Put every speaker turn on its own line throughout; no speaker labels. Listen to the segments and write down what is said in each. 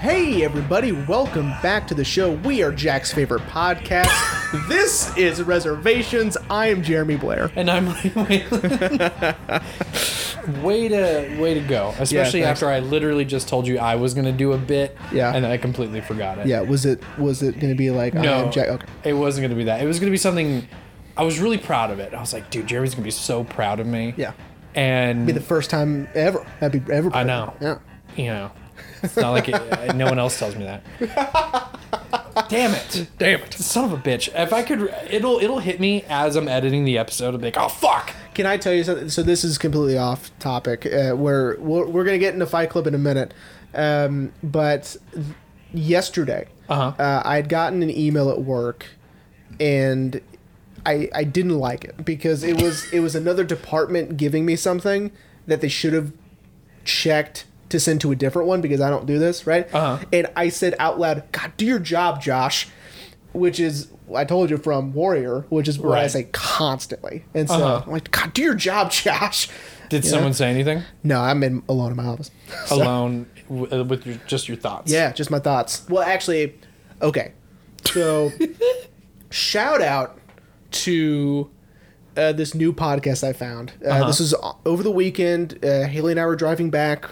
Hey, everybody, welcome back to the show. We are Jack's favorite podcast. this is Reservations. I am Jeremy Blair.
And I'm like, wait, way to way to go. Especially
thanks.
after I literally just told you I was gonna do a bit,
Yeah.
and then I completely forgot it.
Yeah, was it was it going to be like I
no,
am Jack? Okay.
it wasn't gonna be that. It was gonna be something. I was really proud of it. I was like, dude, Jerry's gonna be so proud of me.
Yeah.
and
Be the first time ever. That'd be ever.
I know.
Yeah.
you know, it's not like it, no one else tells me that. Damn it! Damn it! Son of a bitch! If I could, it'll it'll hit me as I'm editing the episode. I'll be like, oh fuck!
Can I tell you something? So this is completely off topic. Uh, we're we're, we're going to get into Fight Club in a minute, um, but th- yesterday
Uh-huh.
uh, I had gotten an email at work, and I I didn't like it because it was it was another department giving me something that they should have checked to send to a different one because I don't do this right.
Uh-huh.
And I said out loud, "God, do your job, Josh," which is I told you from Warrior, which is what I
Right.
say constantly, and so
Uh-huh.
I'm like, "God, do your job, Josh."
Did
You know?
someone say anything?
No, I'm in alone in my office.
alone w- uh, with your, just your thoughts.
Yeah, just my thoughts. Well, actually, okay. So, shout out to uh, this new podcast I found. Uh, This was o- over the weekend. Uh, Haley and I were driving back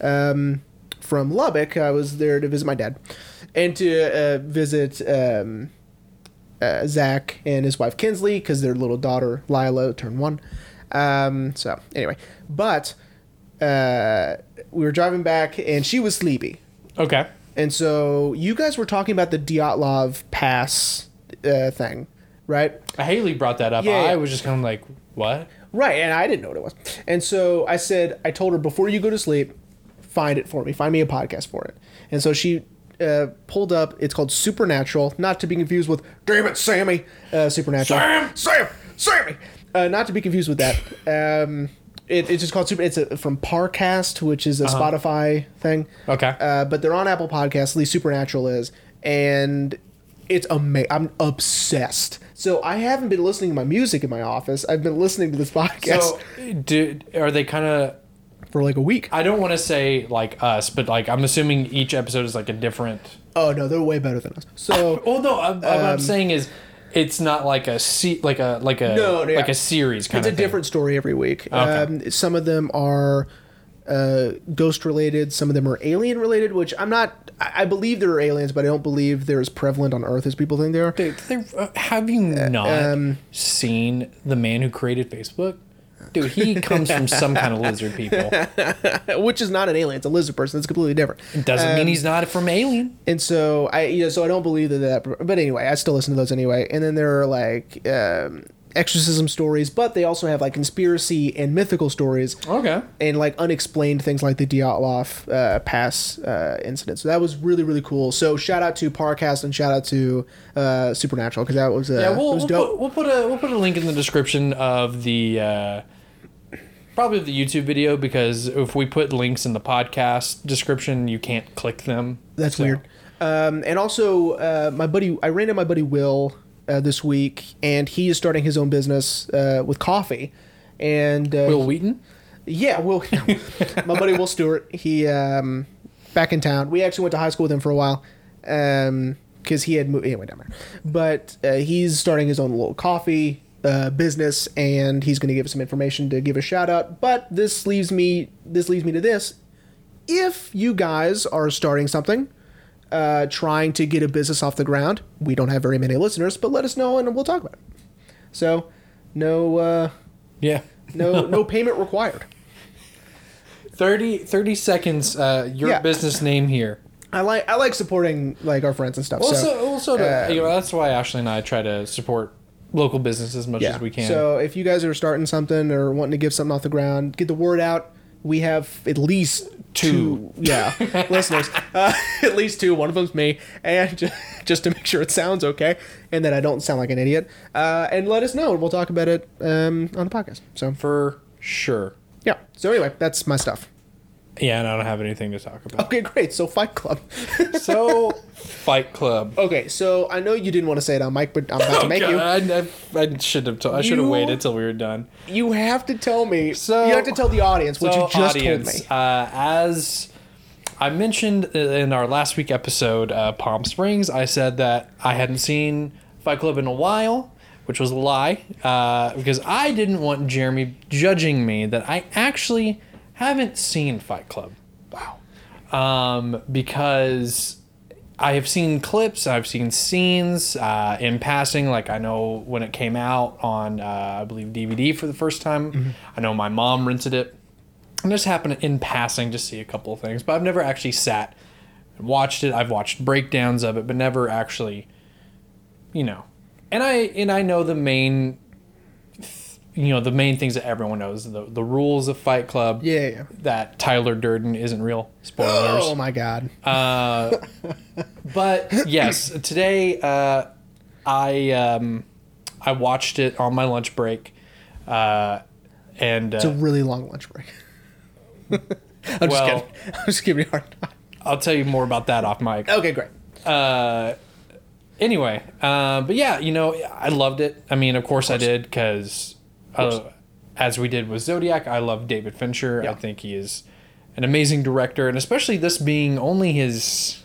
um, from Lubbock. I was there to visit my dad and to uh, visit um, uh, Zach and his wife Kinsley because their little daughter Lila turned one. Um, so, anyway, but uh, we were driving back and she was sleepy.
Okay.
And so you guys were talking about the Dyatlov pass uh, thing, right?
Haley brought that up.
Yeah,
I
yeah.
was just kind of like, what?
Right, and I didn't know what it was. And so I said, I told her before you go to sleep, find it for me. Find me a podcast for it. And so she uh, pulled up. It's called Supernatural, not to be confused with "Damn it, Sammy," uh, Supernatural.
Sam!
Sam, Sammy. Uh, not to be confused with that. Um, it, it's just called Super. It's a, from Parcast, which is a Spotify thing.
Okay.
Uh, but they're on Apple Podcasts. At least Supernatural is, and it's amazing. I'm obsessed. So I haven't been listening to my music in my office. I've been listening to this podcast
So, do, are they kind of?
for like a week.
I don't want to say like us, but like I'm assuming each episode is like a different.
oh no, they're way better than us. So
Oh no! I'm, what
Um,
I'm saying is, it's not like a se- like a like a
No, yeah.
like a series kind
it's a
of. thing.
different story every week. Um, some of them are uh, ghost related. Some of them are alien related. Which I'm not. I I believe there are aliens, but I don't believe they're as prevalent on Earth as people think they are.
Dude, they- uh, have you not
um,
seen the man who created Facebook? Dude, he comes from some kind of lizard people.
Which is not an alien. It's a lizard person. It's completely different.
Doesn't
Um,
mean he's not from Alien.
And so I, you know, so I don't believe that that. But anyway, I still listen to those anyway. And then there are like um, exorcism stories, but they also have like conspiracy and mythical stories.
Okay.
And like unexplained things like the Dyatlov uh, Pass uh, incident. So that was really really cool. So shout out to Parcast and shout out to uh, Supernatural because that was uh,
Yeah, we'll,
it was
we'll,
dope.
put, we'll put a we'll put a link in the description of the uh, probably the YouTube video because if we put links in the podcast description, you can't click them.
That's
So-
weird. Um, and also, uh, my buddy, I ran into my buddy Will uh, this week, and he is starting his own business uh, with coffee. And uh,
Will Wheaton.
Yeah, Will. my buddy Will Stewart. He um, back in town. We actually went to high school with him for a while, because he had moved anyway down there. But uh, he's starting his own little coffee uh, business, and he's going to give us some information to give a shout out. But this leaves me. This leads me to this. If you guys are starting something, uh, trying to get a business off the ground, we don't have very many listeners, but let us know and we'll talk about it. So, no, uh,
Yeah.
no, no payment required.
30, 30 seconds. Uh, your
Yeah.
business name here.
I like I like supporting like our friends and stuff.
Also,
so
also to, uh, you know, that's why Ashley and I try to support local business as much
yeah.
as we can.
So if you guys are starting something or wanting to give something off the ground, get the word out. We have at least two, yeah listeners, uh, at least two. One of them's me, and ju- just to make sure it sounds okay and that I don't sound like an idiot. Uh, and let us know, and we'll talk about it um, on the podcast. So
for sure.
yeah. So anyway, that's my stuff.
Yeah, and I don't have anything to talk about.
Okay, great. So Fight Club.
so, Fight Club.
okay, so I know you didn't want to say it on mic, but I'm
Oh,
about to make you.
I, I, I should have. told I should have
You-
waited till we were done.
You have to tell me.
So-
you have to tell the audience what
So,
you just
audience,
told me.
Uh, as I mentioned in our last week episode, uh, Palm Springs. I said that I hadn't seen Fight Club in a while, which was a lie, uh, because I didn't want Jeremy judging me that I actually haven't seen Fight Club. Wow. Um, because I have seen clips, I've seen scenes uh, in passing. Like I know when it came out on, uh, I believe DVD for the first time.
Mm-hmm.
I know my mom rented it, and this happened in passing to see a couple of things. But I've never actually sat and watched it. I've watched breakdowns of it, but never actually, you know. And I and I know the main, th- you know, the main things that everyone knows the the rules of Fight Club.
Yeah, yeah.
That Tyler Durden isn't real. Spoilers.
Oh my god.
But yes, today uh, I um, I watched it on my lunch break, uh, and
It's a
uh,
really long lunch break. I'm
Well-
just kidding. I'm just giving you a hard time.
I'll tell you more about that off mic.
Okay, great.
Anyway, uh, but yeah, you know, I loved it. I mean, of course, I did because, uh, as we did with Zodiac, I love David Fincher. I think he is an amazing director, and especially this being only his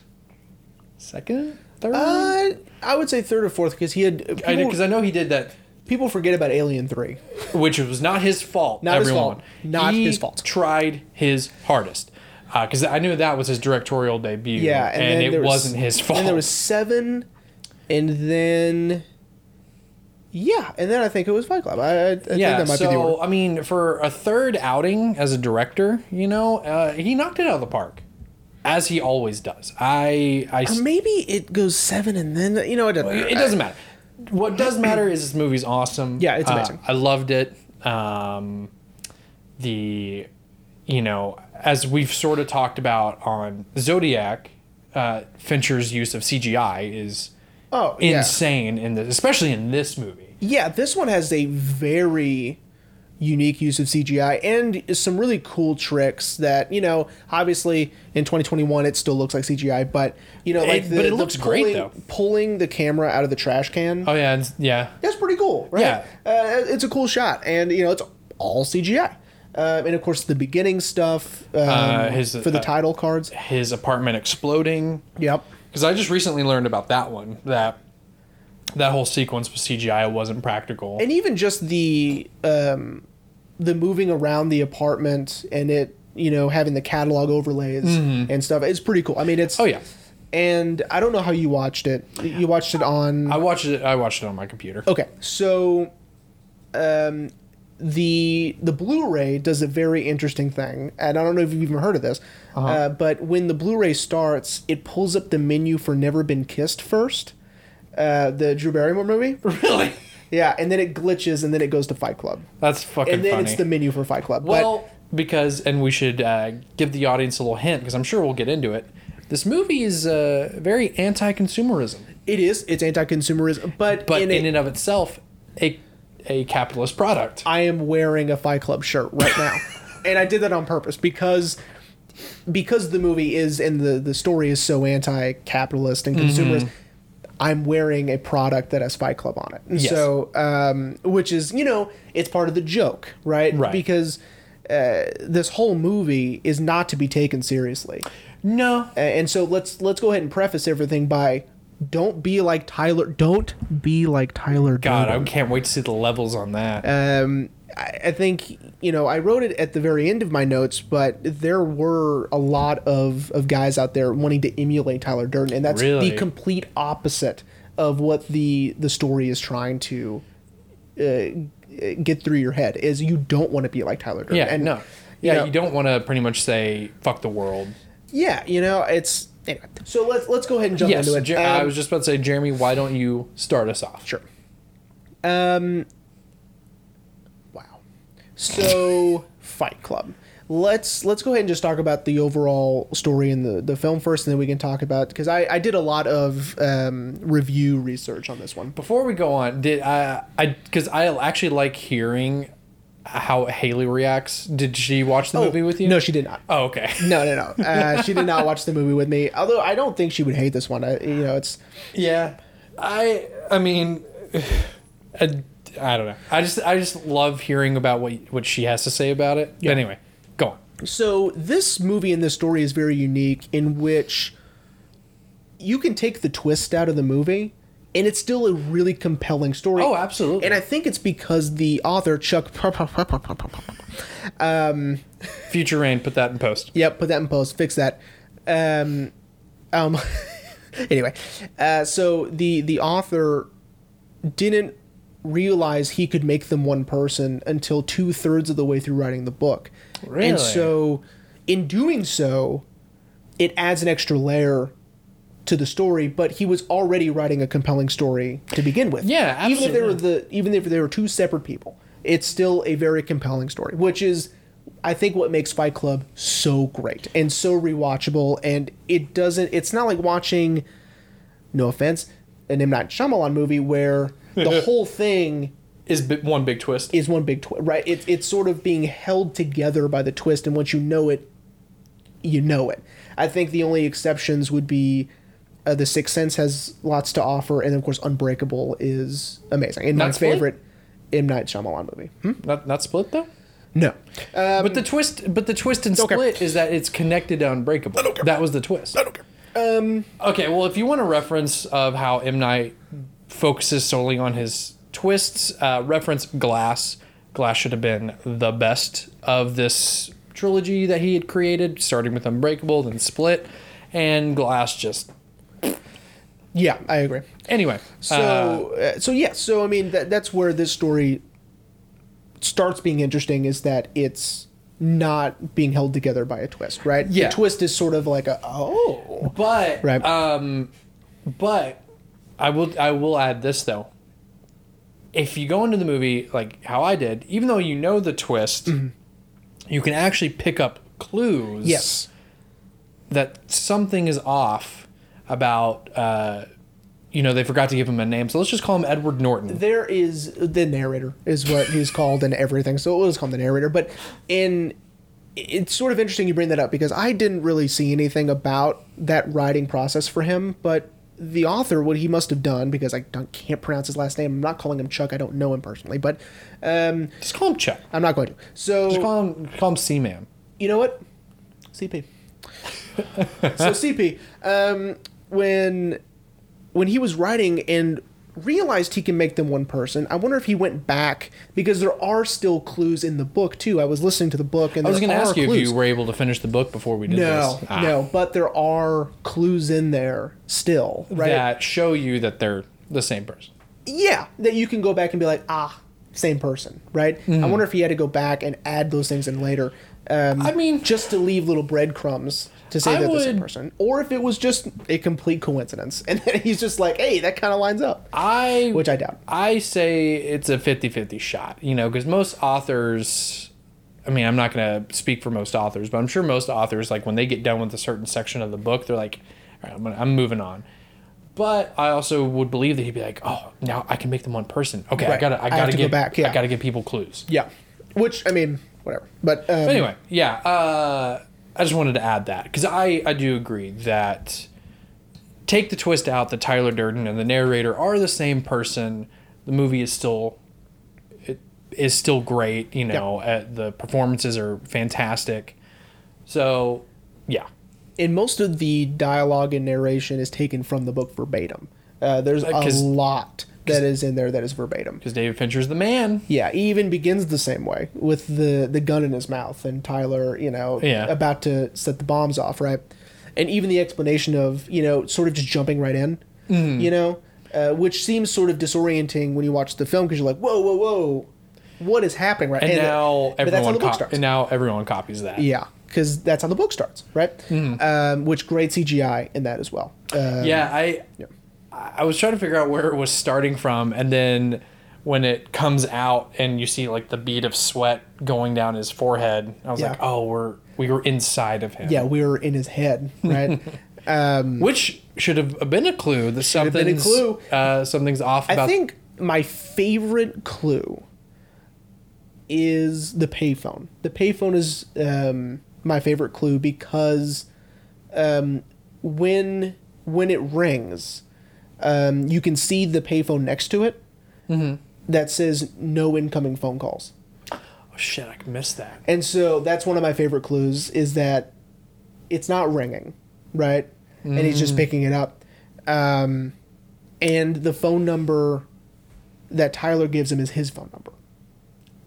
second, third.
Uh, I would say third or fourth because he had people,
because I know he did that
people forget about Alien Three.
which was not his fault.
Not his
everyone.
fault. Not
He
his fault.
Tried his hardest because I knew that was his directorial debut.
Yeah, and,
and,
then
it
there was,
wasn't his fault.
And there was seven, and then yeah, and then I think it was Fight Club. I, I, I
yeah,
think that might
so
be the order.
I mean, for a third outing as a director, you know, uh, he knocked it out of the park, as he always does. I, I,
Or maybe it goes seven, and then you know it doesn't. matter.
it doesn't matter. What does matter is this movie's awesome.
Yeah, it's
Uh,
amazing.
I loved it. Um, the, you know, as we've sort of talked about on Zodiac, uh, Fincher's use of CGI is
Oh yeah,
insane in this, especially in this movie.
yeah. This one has a very unique use of CGI and some really cool tricks that you know. Obviously, in 2021, it still looks like CGI, but you know, like
It-
the,
but it
the
looks great,
pulling-
though.
Pulling the camera out of the trash can.
Oh yeah, it's, yeah.
that's pretty cool, right?
Yeah.
Uh, it's a cool shot, and you know it's all CGI. Um, and of course, the beginning stuff um,
Uh, his-
for the
uh,
title cards.
His apartment exploding.
Yep.
Because I just recently learned about that one that that whole sequence was CGI. It wasn't practical.
and even just the um, the moving around the apartment and it you know having the catalog overlays and stuff it's pretty cool i mean it's
Mm-hmm. oh yeah,
and i don't know how you watched it you watched it on
I watched it. I watched it on my computer.
okay so um, the the blu-ray does a very interesting thing and i don't know if you've even heard of this
Uh-huh.
uh but when the blu-ray starts it pulls up the menu for never been kissed first uh, the drew barrymore movie
Really?
yeah and then it glitches and then it goes to fight club
That's fucking
and then
funny.
it's the menu for Fight Club.
well, because and we should uh, give the audience a little hint because I'm sure we'll get into it. This movie is uh, very anti-consumerism,
but it is it's anti-consumerism, but,
but
in,
in,
a-
and of itself, a a capitalist product.
I am wearing a Fight Club shirt right now, and I did that on purpose because because the movie is and the the story is so anti-capitalist and
Mm-hmm.
consumerist. I'm wearing a product that has Fight Club on it, and
Yes.
so um, which is you know it's part of the joke, right?
Right.
Because uh, this whole movie is not to be taken seriously.
no,
A- and so let's let's go ahead and preface everything by don't be like Tyler don't be like Tyler
God, I
Durden.
can't wait to see the levels on that.
um I, I think you know I wrote it at the very end of my notes but there were a lot of of guys out there wanting to emulate Tyler Durden and that's
Really?
the complete opposite of what the the story is trying to uh, get through your head is you don't want to be like Tyler Durden
yeah,
and
no, yeah,
know-
you don't want to pretty much say fuck the world.
yeah you know it's anyway. so let's let's go ahead and jump
Yes,
into it
Jer-
Um,
I was just about to say, Jeremy, why don't you start us off?
Sure. Um. Wow. So Fight Club. Let's let's go ahead and just talk about the overall story in the, the film first, and then we can talk about because I, I did a lot of um, review research on this one.
Before we go on, did I? I because I actually like hearing how Haley reacts. Did she watch the movie with you?
No, she did not.
Oh, okay.
No, no, no. Uh, she did not watch the movie with me. Although I don't think she would hate this one. I, you know, it's
Yeah, I. I mean, I, I don't know. I just I just love hearing about what what she has to say about it. Anyway, go on.
So this movie and this story is very unique in which you can take the twist out of the movie and it's still a really compelling story.
Oh, absolutely.
And I think it's because the author Chuck
Future Rain, put that in post.
Yep, put that in post. Fix that. Um, um, anyway, uh, so the the author didn't realize he could make them one person until two thirds of the way through writing the book.
Really?
And so, in doing so, it adds an extra layer to the story. But he was already writing a compelling story to begin with.
Yeah,
Even if they were the even if they were two separate people, it's still a very compelling story, which is I think what makes Fight Club so great and so rewatchable. And it doesn't. It's not like watching no offense, an M Night Shyamalan movie where the whole thing
Is bi- one big twist.
is one big twist, right? It, it's sort of being held together by the twist, and once you know it, you know it. I think the only exceptions would be uh, The Sixth Sense has lots to offer, and of course, Unbreakable is amazing. And my
Not Split?
favorite M Night Shyamalan movie. Hmm?
Not not split though.
No, um,
But the twist, but the twist in
care.
Split is that it's connected to Unbreakable. That was the twist. I don't care. Um, okay, well, if you want a reference of how M Night focuses solely on his twists, uh, reference Glass. Glass should have been the best of this trilogy that he had created, starting with Unbreakable, then Split, and Glass just
yeah, I agree.
anyway. uh,
So, uh, so yeah, so I mean, that, that's where this story starts being interesting is that it's not being held together by a twist, right?
Yeah.
The twist is sort of like a oh,
uh, but
right?
Um, but I will I will add this though. If you go into the movie like how I did, even though you know the twist,
Mm-hmm.
you can actually pick up clues
yes,
that something is off about uh, you know, they forgot to give him a name. So let's just call him Edward Norton.
there is the narrator is what he's called and everything. So it was called the narrator, but in it's sort of interesting you bring that up because I didn't really see anything about that writing process for him, but the author, what he must have done, because I don't, can't pronounce his last name. I'm not calling him Chuck. I don't know him personally, but
Just call him Chuck.
I'm not going to.
Just
So
call him call him C Man.
you know what? CP. so CP, um, when when he was writing and realized he can make them one person, I wonder if he went back because there are still clues in the book too. I was listening to the book and
I was
going to
ask you
clues.
if you were able to finish the book before we did
no,
this. Ah,
no, but there are clues in there still, right?
That show you that they're the same person.
yeah, that you can go back and be like, ah, same person, right?
Mm-hmm.
I wonder if he had to go back and add those things in later. Um,
I mean-
just to leave little breadcrumbs to say
I
they're the same
would-
person, or if it was just a complete coincidence, and then he's just like, hey, that kind of lines up,
I
which I doubt.
I say it's a 50-50 shot, you know, because most authors, I mean, I'm not going to speak for most authors, but I'm sure most authors, like when they get done with a certain section of the book, they're like, all right, I'm, gonna, I'm moving on. But I also would believe that he'd be like, oh, now I can make them one person. Okay, I
Right.
gotta, I
I have
gotta
to go
give,
back, yeah.
I gotta give people clues.
Yeah, which I mean, whatever. But, um,
But anyway, yeah, uh, I just wanted to add that because I, I do agree that take the twist out that Tyler Durden and the narrator are the same person. The movie is still it is still great. You know, uh, the performances are fantastic. So yeah,
and most of the dialogue and narration is taken from the book verbatim. Uh, there's
Uh,
a
'cause-
lot that is in there that is verbatim.
because David Fincher's the man.
Yeah, he even begins the same way with the the gun in his mouth and Tyler, you know,
Yeah.
about to set the bombs off, right? And even the explanation of you know sort of just jumping right in,
Mm-hmm.
you know, uh, which seems sort of disorienting when you watch the film because you're like, whoa, whoa, whoa, what is happening right?
And now
uh, but that's how
everyone
the book
cop-
starts.
and now everyone copies that.
yeah, because that's how the book starts, right?
Mm-hmm.
Um, which great CGI in that as well. Uh,
yeah i i I was trying to figure out where it was starting from and then when it comes out and you see like the bead of sweat going down his forehead i was
Yeah.
like oh we're we were inside of him
yeah, we were in his head, right?
which should have been a clue that
have been a
something's
clue.
uh something's off
I
about
think my favorite clue is the payphone. The payphone is um, my favorite clue because um, when when it rings, um, you can see the payphone next to it that says no incoming phone calls.
Oh, Shit, I missed that.
And so that's one of my favorite clues is that it's not ringing, right? And he's
Mm.
just picking it up. Um, and the phone number that Tyler gives him is his phone number.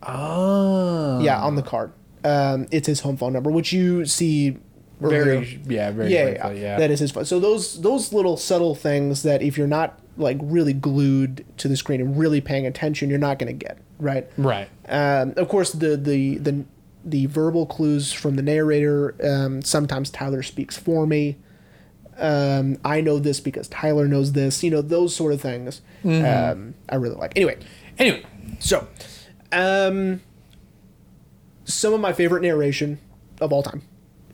Oh.
Yeah, on the card. Um, it's his home phone number, which you see earlier.
Very, yeah, very
yeah,
briefly,
yeah,
yeah.
that is his phone. So those those little subtle things that if you're not like really glued to the screen and really paying attention, you're not going to get right.
right.
Um, of course, the the the the verbal clues from the narrator. Um, sometimes Tyler speaks for me. Um, I know this because Tyler knows this. You know those sort of things. Um, I really like. Anyway,
Anyway,
so um, some of my favorite narration of all time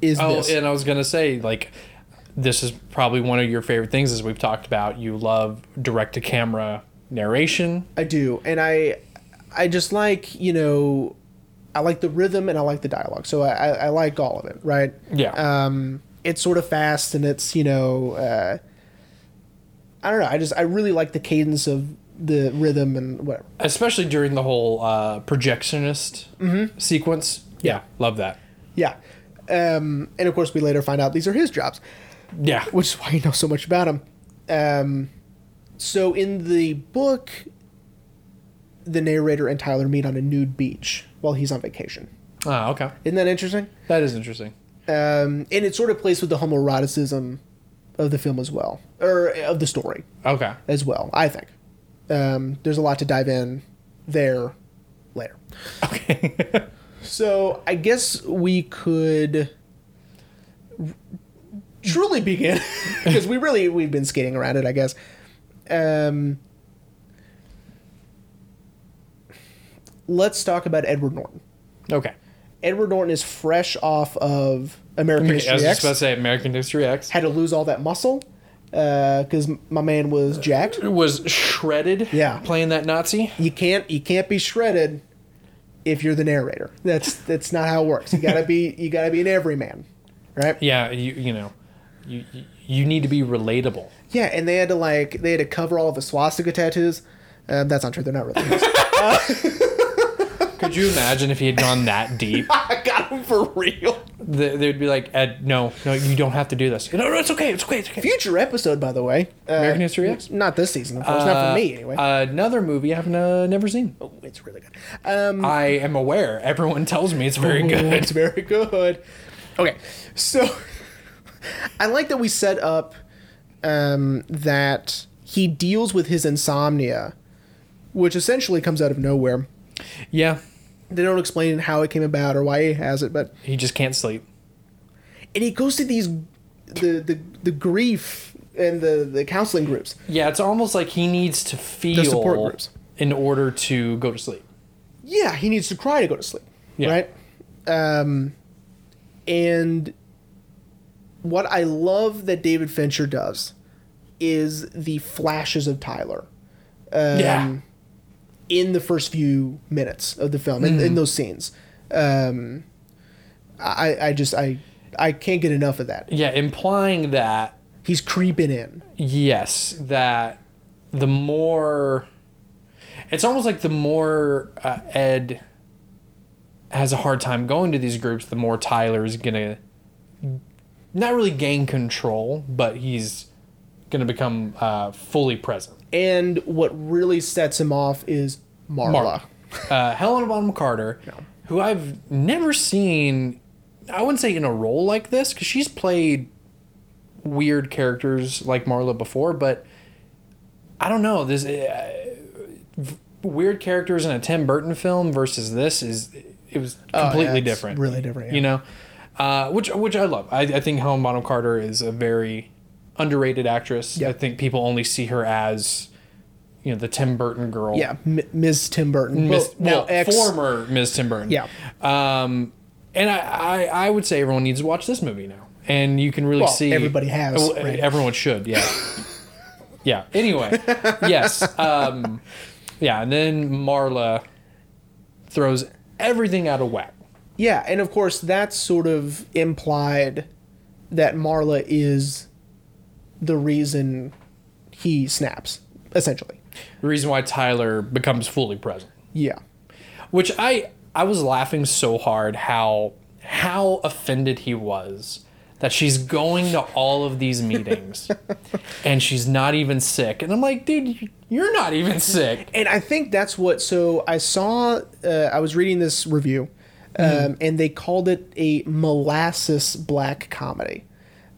is
oh,
this.
and I was gonna say like, this is probably one of your favorite things, as we've talked about. You love direct to camera narration.
I do, and I, I just like you know, I like the rhythm and I like the dialogue, so I, I, I like all of it, right?
Yeah.
Um, it's sort of fast and it's you know, uh, I don't know. I just I really like the cadence of the rhythm and whatever.
Especially during the whole uh, projectionist
Mm-hmm.
sequence. Yeah, love that.
Yeah. Um, and of course, we later find out these are his jobs.
Yeah.
which is why you know so much about him. Um, so in the book, the narrator and Tyler meet on a nude beach while he's on vacation.
Ah, okay.
Isn't that interesting?
That is interesting.
Um, and it sort of plays with the homoeroticism of the film as well, or of the story
Okay.
as well. I think um, there's a lot to dive in there later.
Okay.
So I guess we could truly begin because we really we've been skating around it. I guess. Um, let's talk about Edward Norton.
okay.
Edward Norton is fresh off of American
Okay, I was
History
just
X.
about to say American History X
Had to lose all that muscle because my man was jacked.
was shredded.
Yeah.
Playing that Nazi.
You can't you can't be shredded if you're the narrator. That's that's not how it works. You gotta be you gotta be an everyman, right?
Yeah. You you know, you you- you need to be relatable.
Yeah, and they had to like they had to cover all of the swastika tattoos. Um, that's not true. They're not really.
Could you imagine if he had gone that deep?
I got them for real.
Th- They'd be like, Ed, no, no, you don't have to do this. No, no, it's okay, it's okay, it's okay.
Future episode, by the way. Uh,
American History X? Uh,
Not this season, of course. not for me, anyway.
Another movie I've uh, never seen.
it's really good. Um,
I am aware. Everyone tells me it's very good.
It's very good. Okay, so I like that we set up um, that he deals with his insomnia, which essentially comes out of nowhere.
Yeah,
They don't explain how it came about or why he has it, but
he just can't sleep.
and he goes to these the the, the grief and the the counseling groups
Yeah, it's almost like he needs to feel
support groups.
in order to go to sleep.
yeah he needs to cry to go to sleep
Yeah.
right um and what i love that david fincher does is the flashes of tyler um,
yeah,
in the first few minutes of the film in,
Mm-hmm.
in those scenes um i i just i i can't get enough of that
yeah, implying that
he's creeping in
yes, that the more, it's almost like the more uh, Ed has a hard time going to these groups, the more Tyler is gonna not really gain control, but he's gonna become uh, fully present.
and what really sets him off is marla,
Marla. Uh, Helena Bonham Carter, who I've never seen, I wouldn't say in a role like this, because she's played weird characters like Marla before, but I don't know. This uh, v- weird characters in a Tim Burton film versus this is it was
Oh, yeah,
completely
it's
different,
really different, yeah.
You know, uh, which which I love. I, I think Helen Bonham Carter is a very underrated actress. I think people only see her as you know the Tim Burton girl.
Yeah, M- Ms. Tim Burton.
Miss,
well, now
well,
ex.
former Miss Tim Burton.
Yeah.
Um, and I, I, I would say everyone needs to watch this movie now, and you can really
Well,
see Oh,
everybody has,
Well,
right?
Everyone should. Yeah. yeah. Anyway, yes. Um, yeah, and then Marla throws everything out of whack.
Yeah, and of course that's sort of implied that Marla is the reason he snaps, essentially.
The reason why Tyler becomes fully present,
Yeah.
which I I was laughing so hard how how offended he was that she's going to all of these meetings and she's not even sick. And I'm like, dude, you- you're not even sick.
and I think that's what. So I saw, uh, I was reading this review, um, and they called it a molasses black comedy.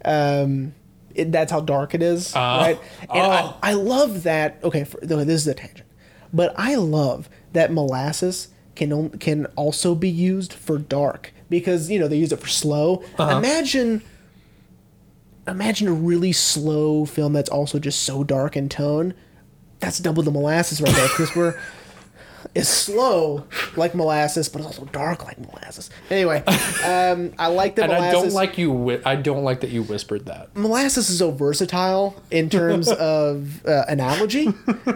Um, it, that's how dark it is, right? And
Uh, Oh.
I, I love that. Okay, for, no, this is a tangent, but I love that molasses can on- can also be used for dark because you know they use it for slow.
Uh-huh.
Imagine. Imagine a really slow film that's also just so dark in tone that's double the molasses right there because we're it's slow like molasses but it's also dark like molasses anyway um, i like that
And I
molasses Uh,
don't like you. Wi- I don't like that you whispered that.
molasses is so versatile in terms of uh, analogy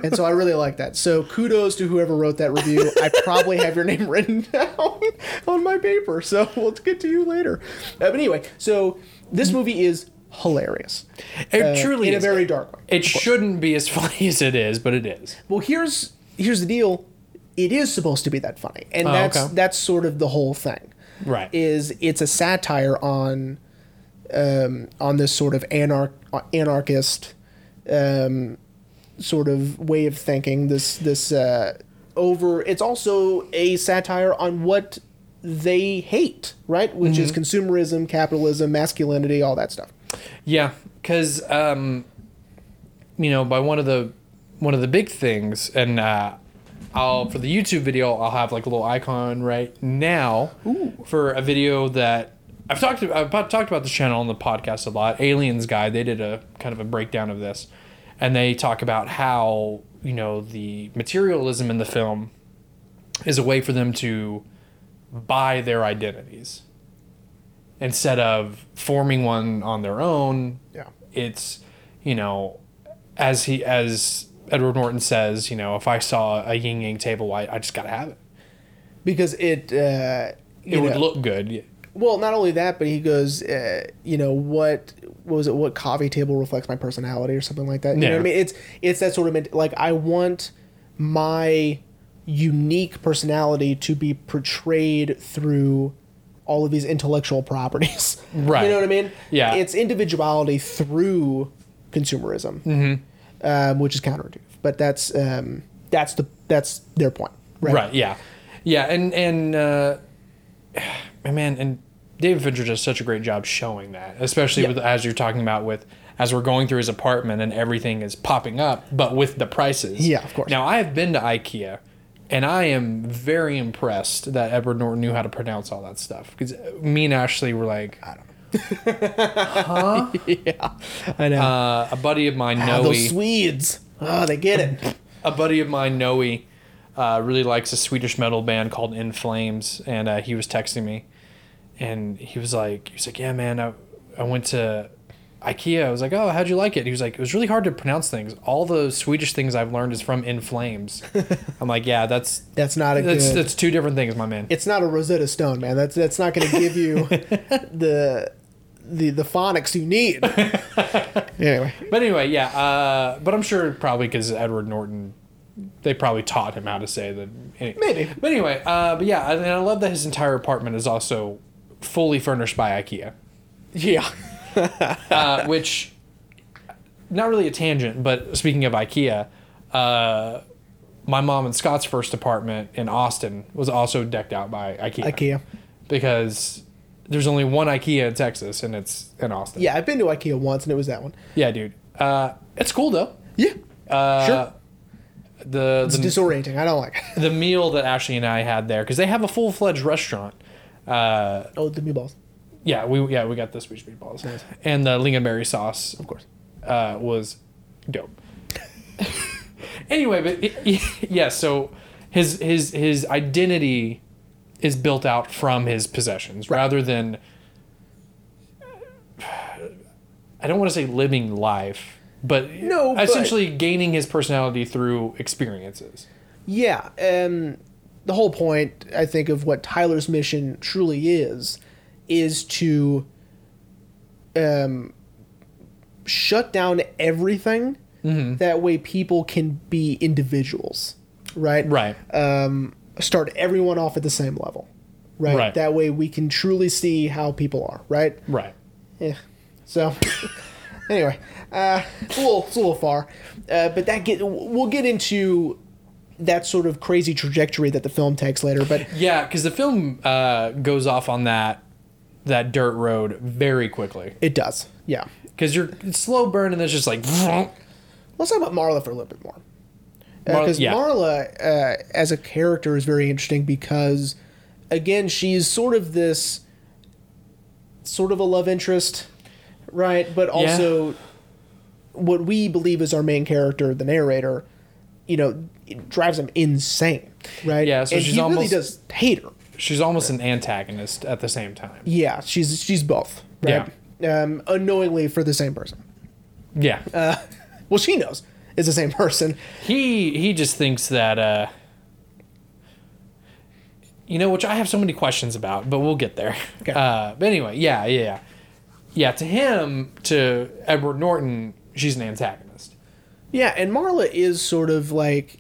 and so i really like that so kudos to whoever wrote that review i probably have your name written down on my paper so we'll get to you later uh, but anyway so this movie is hilarious
It
uh,
truly
in
is.
a very dark way
it shouldn't be as funny as it is, but it is.
Well, here's here's the deal. It is supposed to be that funny, and
Oh,
that's
okay.
that's sort of the whole thing.
Right.
Is it's a satire on, um, on this sort of anarch anarchist, um, sort of way of thinking. This this uh, over. It's also a satire on what they hate, right? Which is
Mm-hmm.
consumerism, capitalism, masculinity, all that stuff.
Yeah, because um, you know, by one of the one of the big things, and uh, I'll for the YouTube video, I'll have like a little icon right now for a video that I've talked I've about, talked about this channel on the podcast a lot. Aliens Guide, they did a kind of a breakdown of this, and they talk about how you know the materialism in the film is a way for them to buy their identities instead of forming one on their own
Yeah.
it's you know as he as edward norton says you know if i saw a yin yang table i, I just gotta have it
Because it uh,
it would look good
Well, not only that, but he goes, uh, you know, what, what was it? What coffee table reflects my personality, or something like that. You know what
Yeah.
I mean? It's it's that sort of ment- like I want my unique personality to be portrayed through all of these intellectual properties.
Right.
You know what I mean?
Yeah.
It's individuality through consumerism,
Mm-hmm.
um, which is counterintuitive, but that's um, that's the that's their point. Right.
right, yeah yeah and and uh man and david fincher does such a great job showing that especially with as you're talking about with as we're going through his apartment and everything is popping up but with the prices
Yeah, of course.
now i have been to ikea and i am very impressed that edward norton knew how to pronounce all that stuff because me and ashley were like i don't know
I know.
Uh, a buddy of mine,
Ah,
Noe,
those Swedes. Oh, they get it.
a buddy of mine, Noe, uh, really likes a Swedish metal band called In Flames, and uh, he was texting me, and he was like, he was like, yeah, man, I, I went to IKEA. I was like, oh, how'd you like it? He was like, it was really hard to pronounce things. All the Swedish things I've learned is from In Flames. I'm like, yeah, that's
That's not a
that's
good.
that's two different things, my man.
it's not a Rosetta Stone, man. That's that's not going to give you the the the phonics you need. anyway,
But anyway, yeah. Uh, but I'm sure probably because Edward Norton, they probably taught him how to say the. Any,
Maybe.
But anyway, uh, but yeah, and I love that his entire apartment is also fully furnished by IKEA,
yeah,
uh, which, not really a tangent, but speaking of IKEA, uh, my mom and Scott's first apartment in Austin was also decked out by IKEA.
IKEA.
Because there's only one IKEA in Texas, and it's in Austin.
Yeah, I've been to IKEA once, and it was that one.
Yeah, dude. Uh, it's cool though.
Yeah,
Uh,
Sure.
The, the
disorienting. I don't like. It.
the meal that Ashley and I had there because they have a full fledged restaurant. Uh,
Oh, the meatballs.
yeah, we yeah we got the Swedish meatballs and the lingonberry sauce, of course, uh, was dope. anyway, but y- y- yeah, so his his his identity is built out from his possessions rather than I don't want to say living life, but
No, but-
essentially gaining his personality through experiences.
Yeah, um, the whole point I think of what Tyler's mission truly is is to um, shut down everything. Mm-hmm. That way, people can be individuals, right?
Right.
start everyone off at the same level, right?
Right.
That way we can truly see how people are, right?
Right.
Yeah. So, anyway, uh, it's a little, it's a little far, uh, but that get we'll get into that sort of crazy trajectory that the film takes later. But
Yeah, because the film uh, goes off on that that dirt road very quickly.
it does, yeah.
Because you're it's slow burn and it's just like
Let's talk about Marla for a little bit more.
Marla-
Because
yeah.
Marla, uh, as a character, is very interesting because, again, she's sort of this, sort of a love interest, right? But also, what we believe is our main character, the narrator, you know, it drives him insane, right?
Yeah, so
and
she's
he really
almost-
does hate her.
she's almost an antagonist at the same time.
Yeah, she's she's both, right? Um, unknowingly for the same person.
Yeah.
Well, she knows it's the same person.
he he just thinks that uh you know which i have so many questions about but we'll get there
Okay.
uh but anyway yeah yeah yeah yeah to him to edward norton she's an antagonist
Yeah, and Marla is sort of like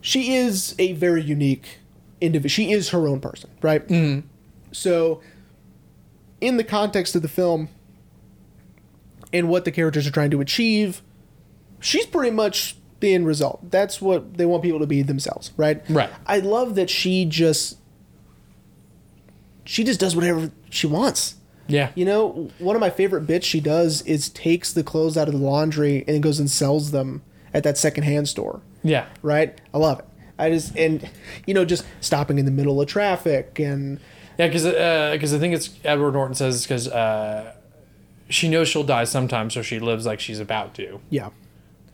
she is a very unique individual. She is her own person, right? Mm. So, in the context of the film and what the characters are trying to achieve, she's pretty much the end result. That's what they want people to be themselves, right?
Right.
I love that she just she just does whatever she wants.
yeah
You know, one of my favorite bits she does is takes the clothes out of the laundry and goes and sells them at that secondhand store.
yeah
Right? I love it. I just and you know just stopping in the middle of traffic and
yeah because i think it's edward norton says because uh she knows she'll die sometime so she lives like she's about to
yeah,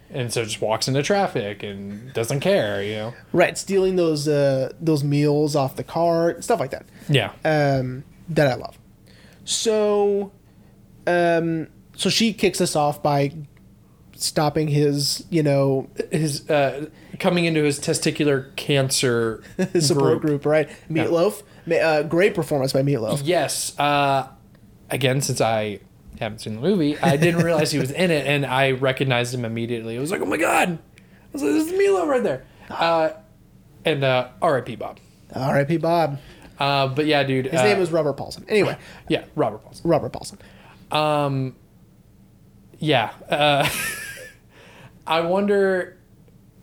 and so just walks into traffic and doesn't care you know
right, stealing those uh, those meals off the cart, stuff like that.
yeah
um, that I love. So, um, so she kicks us off by stopping his, you know,
his uh coming into his testicular cancer
his support
group.
group, right? Meatloaf, Ma- uh, great performance by Meatloaf.
Yes. Uh, again, since I haven't seen the movie, I didn't realize he was in it, and I recognized him immediately. I was like, "Oh my god!" I was like, "This is Milo right there." Uh, and uh, R.I.P. Bob.
R.I.P. Bob.
Uh, but yeah, dude.
His name was Robert Paulson. Anyway,
yeah Robert Paulson.
Robert Paulson.
Yeah. Uh, I wonder.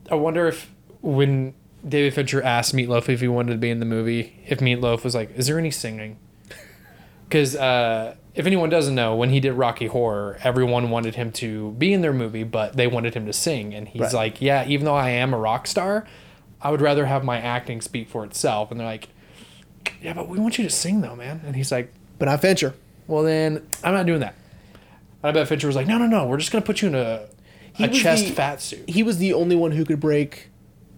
I wonder if when David Fincher asked Meatloaf if he wanted to be in the movie, if Meatloaf was like, "Is there any singing?" Because uh, if anyone doesn't know, when he did Rocky Horror, everyone wanted him to be in their movie, but they wanted him to sing, and he's
Right.
like, "Yeah, even though I am a rock star, I would rather have my acting speak for itself." And they're like, "Yeah, but we want you to sing though, man." And he's like,
But not Fincher.
well, then I'm not doing that. And I bet Fincher was like, no, no, no, we're just gonna put you in a a
was
chest
the-
fat suit.
He was the only one who could break,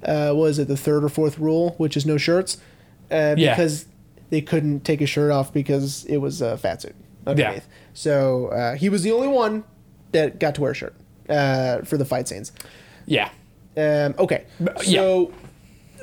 uh, what is it, the third or fourth rule, which is no shirts, uh,
Yeah.
because they couldn't take his shirt off because it was a fat suit underneath. So uh, he was the only one that got to wear a shirt uh, for the fight scenes.
Yeah,
Um, okay.
yeah.
So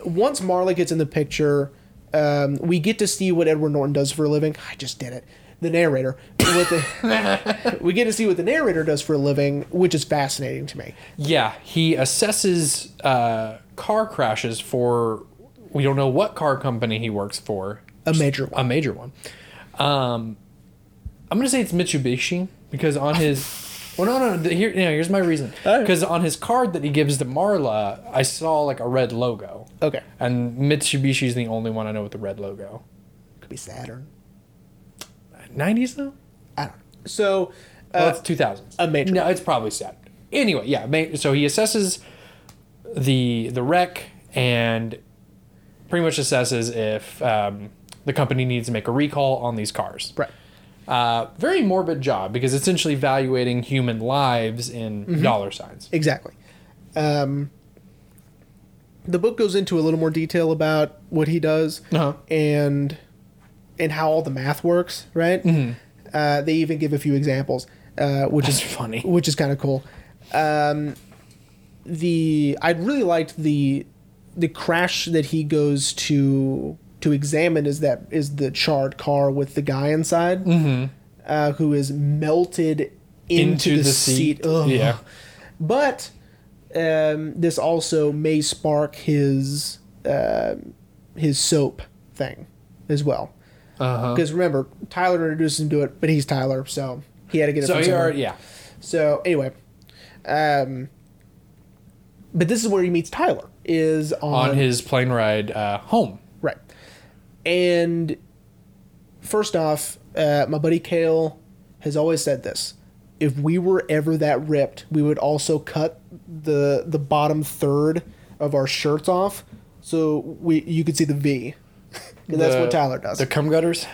once Marla gets in the picture, um, we get to see what Edward Norton does for a living. I just did it. The narrator. What the- we get to see what the narrator does for a living, which is fascinating to me.
yeah. He assesses uh, car crashes for we don't know what car company he works for.
A major
A
one.
major one. Um, I'm gonna say it's Mitsubishi because on his. Well, no, no. th- Here, you know, here's my reason.
Alright.
Because on his card that he gives to Marla, I saw like a red logo,
Okay.
and Mitsubishi's the only one I know with the red logo.
Could be Saturn.
90s though.
I don't know. So,
Well,
uh,
it's 2000s.
a major
No, it's probably sad. Anyway, yeah. ma- So he assesses the the wreck and pretty much assesses if um, the company needs to make a recall on these cars.
right.
Uh, very morbid job because it's essentially valuating human lives in dollar signs.
Exactly. Um, the book goes into a little more detail about what he does
Uh-huh.
and and how all the math works. Right. Uh, they even give a few examples, uh, which
Mm-hmm.
is
That's funny.
which is kind of cool. Um, the I really liked the the crash that he goes to to examine is that is the charred car with the guy inside
Mm-hmm.
uh, who is melted into, the, seat. Ugh.
Yeah.
But um, this also may spark his um his soap thing as well.
Uh huh.
Because remember, Tyler introduced him to it, but he's Tyler, so he had to get it.
So
from
he
somewhere.
already, yeah.
So anyway, um, but this is where he meets Tyler. Is on,
On his plane ride uh, home.
right, and first off, uh, my buddy Kale has always said this: if we were ever that ripped, we would also cut the the bottom third of our shirts off, so we you could see the V. 'Cause that's what
The-
Tyler does.
The cum gutters.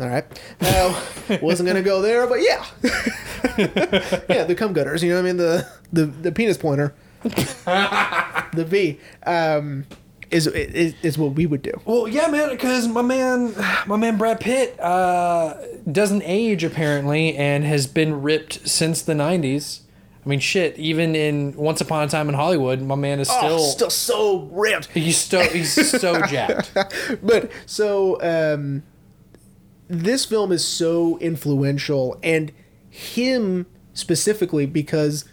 All right. Now, wasn't gonna go there, but yeah, yeah, the cum gutters. You know what I mean? The the, the penis pointer, the V, um, is, is is what we would do.
Well, yeah, man, because my man, my man Brad Pitt, uh, doesn't age apparently, and has been ripped since the '90s. I mean, shit. Even in Once Upon a Time in Hollywood, my man is still,
Oh, still so ripped.
he's so he's so jacked.
But so um, this film is so influential, and him specifically because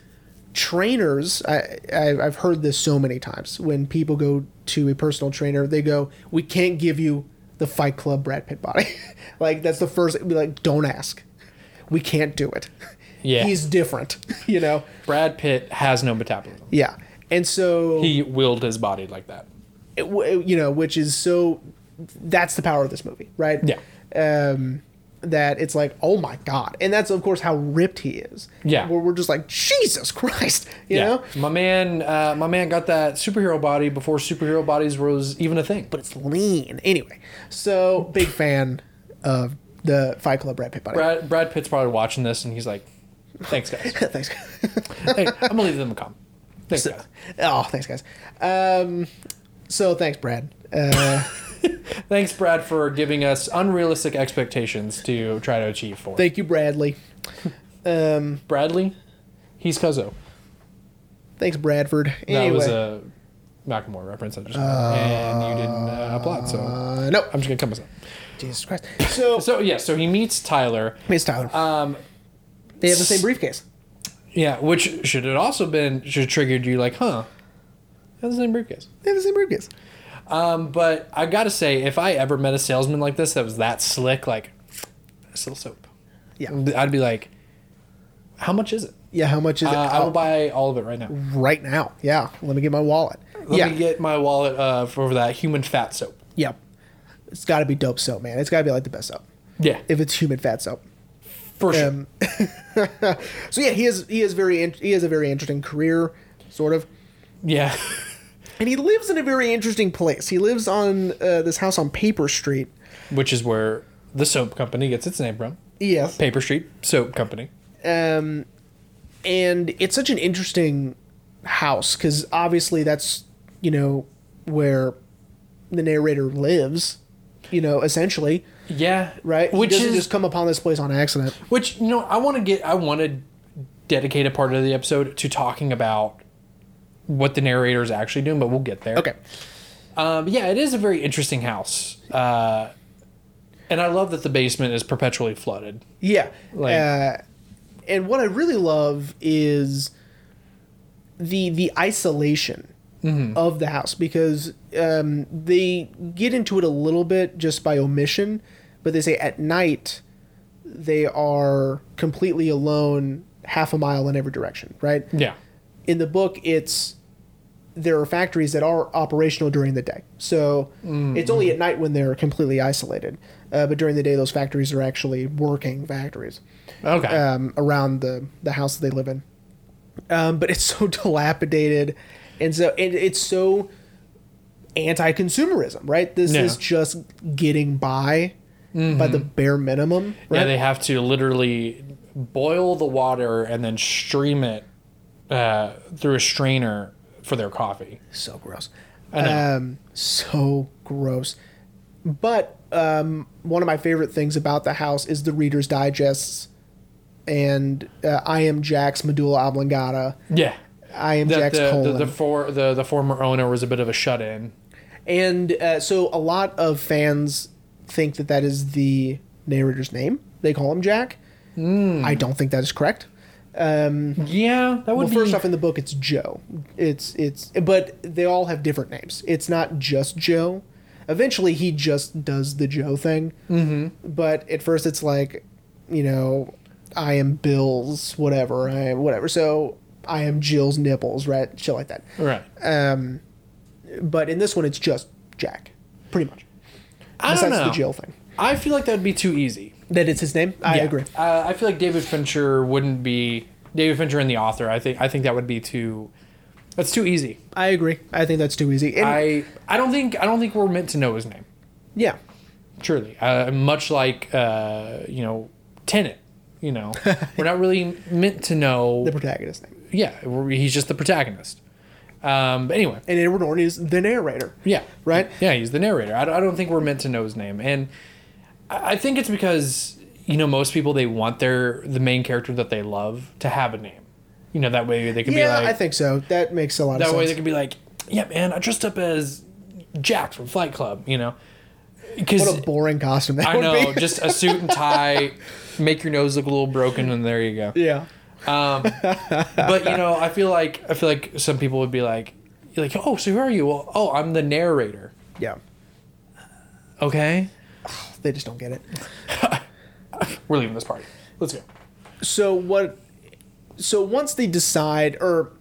trainers I, I I've heard this so many times when people go to a personal trainer they go we can't give you the Fight Club Brad Pitt body like that's the first be like don't ask we can't do it
Yeah.
he's different you know
Brad Pitt has no metabolism.
yeah and so
He willed his body like that.
it- w- you know, which is so that's the power of this movie, right?
Yeah.
Um, that it's like, oh my god, and that's of course how ripped he is.
Yeah.
Where we're just like, Jesus Christ, you
yeah,
know.
my man, uh, my man got that superhero body before superhero bodies was even a thing.
But it's lean anyway. So big fan of the Fight Club Brad Pitt buddy.
Brad, Brad Pitt's probably watching this, and he's like, "Thanks, guys.
Thanks.
hey, I'm gonna leave them a comment. Thanks, guys.
oh, thanks guys. Um, so thanks Brad. Uh,
Thanks, Brad, for giving us unrealistic expectations to try to achieve for.
thank you Bradley. Um,
Bradley, he's Cuzzo.
thanks Bradford.
That
Anyway,
was a Macklemore reference, I just and you didn't uh, applaud, so
uh, no,
I'm just gonna come with that.
Jesus Christ. So,
So yeah, so he meets Tyler.
it's Tyler.
Um,
they have the same briefcase.
yeah, which should have also been should have triggered you like, huh? That's the same briefcase.
They have the same briefcase.
Um, but I gotta say, if I ever met a salesman like this that was that slick, like, that's little soap.
Yeah.
I'd be like, how much is it?
Yeah, how much is
Uh,
it?
I will
Oh,
buy all of it right now.
right now. Yeah, let me get my wallet.
Let
yeah,
me get my wallet uh, for that human fat soap.
yeah. It's got to be dope soap, man. It's got to be like the best soap
Yeah,
if it's human fat soap.
for sure.
Um, so yeah, he is he is very in, he has a very interesting career, sort of,
yeah,
and he lives in a very interesting place. He lives on uh, this house on Paper Street.
which is where the soap company gets its name from.
Yes,
Paper Street Soap Company.
um, and it's such an interesting house because obviously that's you know where the narrator lives, you know, essentially.
Yeah,
right? Which
Which
he doesn't
is
just come upon this place on accident.
which you know I want to get. I want to dedicate a part of the episode to talking about what the narrator is actually doing, but we'll get there.
Okay,
Um, yeah, it is a very interesting house. Uh, and I love that the basement is perpetually flooded.
yeah.
Like-
uh, and what I really love is the the isolation
Mm-hmm.
of the house because um, they get into it a little bit just by omission, but they say at night they are completely alone, half a mile in every direction. Right
Yeah.
in the book, it's there are factories that are operational during the day. So it's only at night when they're completely isolated. Uh, but during the day, those factories are actually working factories
Okay.
um, around the, the house that they live in. Um, but it's so dilapidated. And so and it's so anti consumerism, right? This
Yeah.
is just getting by by the bare minimum, right?
Yeah, they have to literally boil the water and then stream it uh, through a strainer for their coffee.
so gross.
I know.
Um, so gross. But um, one of my favorite things about the house is the Reader's Digests and uh, I Am Jack's Medulla Oblongata.
yeah.
I Am
The,
Jack's
the, the,
colon.
the, for, the, the former owner was a bit of a shut in.
and uh, so a lot of fans think that
Hmm.
that is the narrator's name. They call him Jack. I don't think that is correct.
Yeah, that would
Well,
be.
first off, in the book, it's Joe. It's it's, but they all have different names. It's not just Joe. Eventually, he just does the Joe thing. Mm-hmm. But at first, it's like, you know, I am Bill's whatever. I am whatever. So I am Jill's nipples, right? Shit like that.
right.
But in this one, it's just Jack, pretty much.
I don't
Besides
know.
the Jill thing.
I feel like that would be too easy.
That it's his name. I
Yeah.
agree.
Uh, I feel like David Fincher wouldn't be David Fincher and the author. I think I think that would be too. That's too easy.
I agree. I think that's too easy. And,
I I don't think I don't think we're meant to know his name.
yeah.
Truly, uh, much like uh, you know Tenet. You know, we're not really meant to know.
The protagonist's name.
yeah, we're- he's just the protagonist. Um, but anyway,
And Edward Norton is the narrator.
yeah,
Right?
Yeah, he's the narrator. I don't, I don't think we're meant to know his name, and I I think it's because you know most people they want their the main character that they love to have a name. You know that way they can
Yeah,
be
I
like
think so. That makes a lot of
that
sense.
way they can be like, yeah, man, I dressed up as Jack from Flight Club. You know, because
What a boring costume that
I
would
know
be.
just a suit and tie, make your nose look a little broken, and there you go.
yeah.
But you know, I feel like I feel like some people would be like, like, oh, so who are you? Well, oh, I'm the narrator.
Yeah.
Okay,
They just don't get it.
we're leaving this party. Let's go.
So what so once they decide or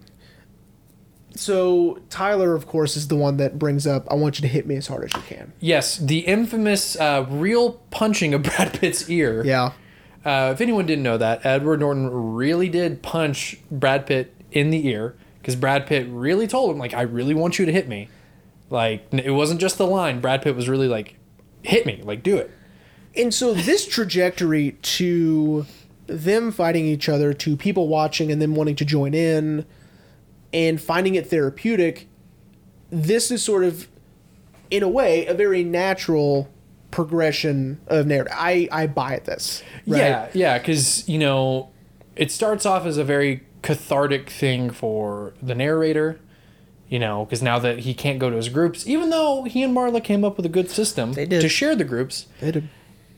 so Tyler of course is the one that brings up I want you to hit me as hard as you can.
Yes, the infamous uh, real punching of Brad Pitt's ear.
Yeah.
Uh, if anyone didn't know that, Edward Norton really did punch Brad Pitt in the ear because Brad Pitt really told him, like, I really want you to hit me. Like, n- it wasn't just the line. Brad Pitt was really like, hit me, like, do it.
And so this trajectory to them fighting each other to people watching and them wanting to join in and finding it therapeutic this is sort of in a way a very natural progression of narrative. I I buy this. Right?
Yeah, yeah, because you know, it starts off as a very cathartic thing for the narrator. You know, because now that he can't go to his groups, even though he and Marla came up with a good system
They did.
to share the groups,
It-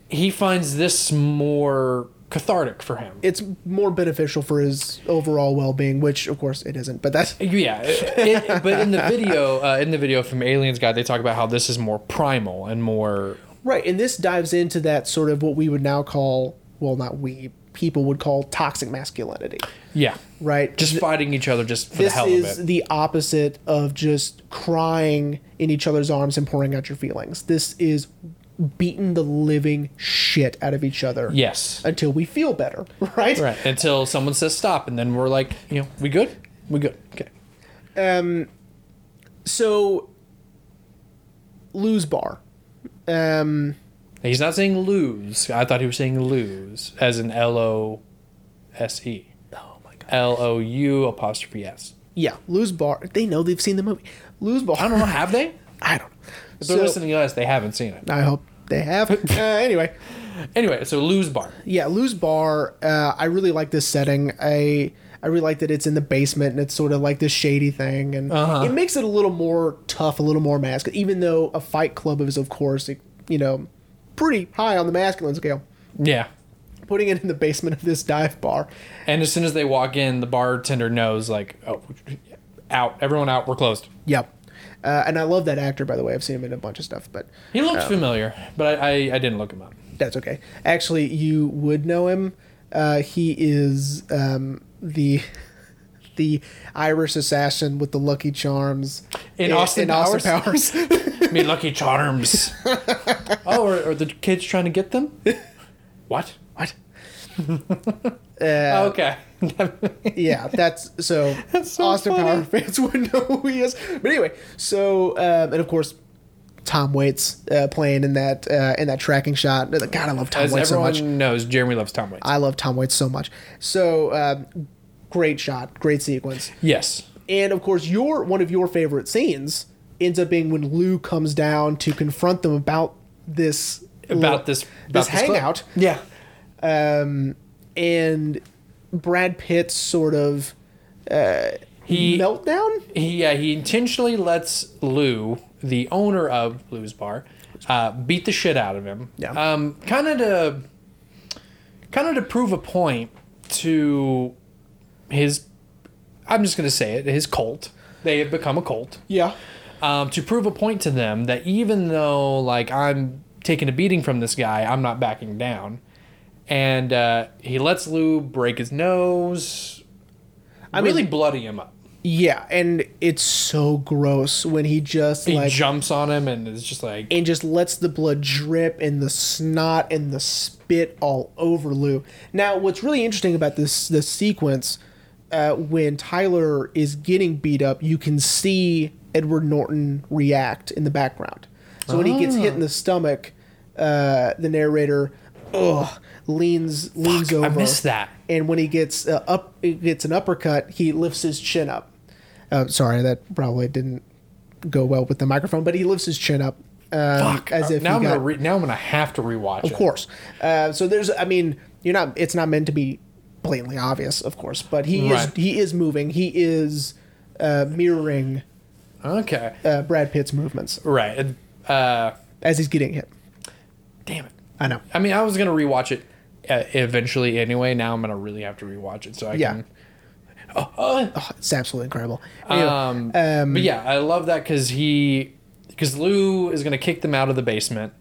he finds this more cathartic for him.
it's more beneficial for his overall well-being, which of course it isn't. But that's
Yeah, it- it- but in the video, uh, in the video from Aliens Guide, they talk about how this is more primal and more
right. And this dives into that sort of what we would now call, well, not we people would call toxic masculinity,
yeah,
right?
just fighting each other just for the
this
hell
is
of it.
the opposite of just crying in each other's arms and pouring out your feelings. This is beating the living shit out of each other.
Yes,
Until we feel better, right?
right. Until someone says stop, and then we're like, you know, we good, we good, okay.
Um, So, lose bar.
He's not saying lose. I thought he was saying lose as in L O S E.
Oh my god.
L O U apostrophe S.
Yeah, lose bar. They know they've seen the movie. Lose bar.
I don't know. Have they?
I don't know.
If they're
So-
listening to us, they haven't seen it.
I hope they have. uh, anyway,
Anyway, so lose bar.
yeah, Lou's Bar. Uh, I really like this setting. I I really like that it's in the basement and it's sort of like this shady thing, and it makes it a little more tough, a little more masculine. Even though a Fight Club is, of course, you know, pretty high on the masculine scale.
Yeah.
Putting it in the basement of this dive bar,
And as soon as they walk in, the bartender knows, like, oh, out. Everyone out. We're closed.
yep. Uh, and I love that actor, by the way. I've seen him in a bunch of stuff, but
He looked familiar, but I, I, I didn't look him up.
That's okay. Actually, you would know him. Uh, he is um, the the Irish assassin with the Lucky Charms
In Austin Powers?
Powers.
Me lucky charms. oh, are, are the kids trying to get them? What?
what? Uh,
okay.
Yeah, that's so.
so
Austin
funny.
Powers fans would know who he is. But anyway, so um, and of course. Tom Waits uh, playing in that uh, in that tracking shot. God, I love Tom
As
Waits so
everyone
much.
knows, Jeremy loves Tom Waits.
I love Tom Waits so much. So um, great shot, great sequence.
yes.
And of course, your one of your favorite scenes ends up being when Lou comes down to confront them about this little-
About this, about
this
clip.
hangout,
Yeah.
and Brad Pitt's sort of
He,
meltdown.
he yeah he intentionally lets Lou, the owner of Lou's Bar, uh, beat the shit out of him.
Yeah.
Um, kind of to, kind of to prove a point to his I'm just going to say it, his cult. They have become a cult
Yeah.
um, to prove a point to them that even though like I'm taking a beating from this guy, I'm not backing down. And uh, he lets Lou break his nose. I
mean-
really bloody him up.
Yeah, and it's so gross when he just
He
like
jumps on him and is just like,
and just lets the blood drip and the snot and the spit all over Lou. Now, what's really interesting about this this sequence, uh, when Tyler is getting beat up, you can see Edward Norton react in the background. So when he gets hit in the
Ah.
stomach, uh, the narrator, ugh, leans leans over.
I missed that.
And when he gets uh, up, gets an uppercut, he lifts his chin up. Uh, sorry, that probably didn't go well with the microphone, but he lifts his chin up. Um,
Fuck.
As if
now
he
I'm
got,
gonna re- now I'm gonna have to rewatch.
of course. Uh, so there's, I mean, you're not. It's not meant to be blatantly obvious, of course, but he is.
Right.
He is moving. He is uh, mirroring
It. Okay.
uh, Brad Pitt's movements
right. and, Uh,
as he's getting hit.
damn it.
I know.
I mean, I was gonna rewatch it uh, eventually anyway. Now I'm gonna really have to rewatch it so I
Yeah.
can. Oh, oh,
Oh, it's absolutely incredible. Anyway,
Um, but yeah, I love that because he, because Lou is gonna kick them out of the basement,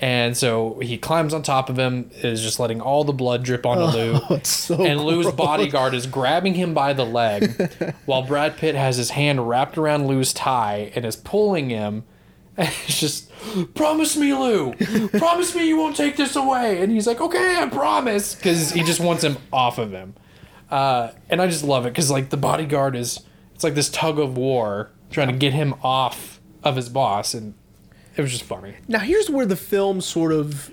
and so he climbs on top of him, is just letting all the blood drip onto Lou,
it's so
and Lou's
Oh, gross.
bodyguard is grabbing him by the leg, while Brad Pitt has his hand wrapped around Lou's tie and is pulling him. And it's just, promise me, Lou. Promise me you won't take this away. And he's like, okay, I promise, because he just wants him off of him. Uh, and I just love it because like the bodyguard is, it's like this tug of war trying to get him off of his boss, and it was just funny.
Now here's where the film sort of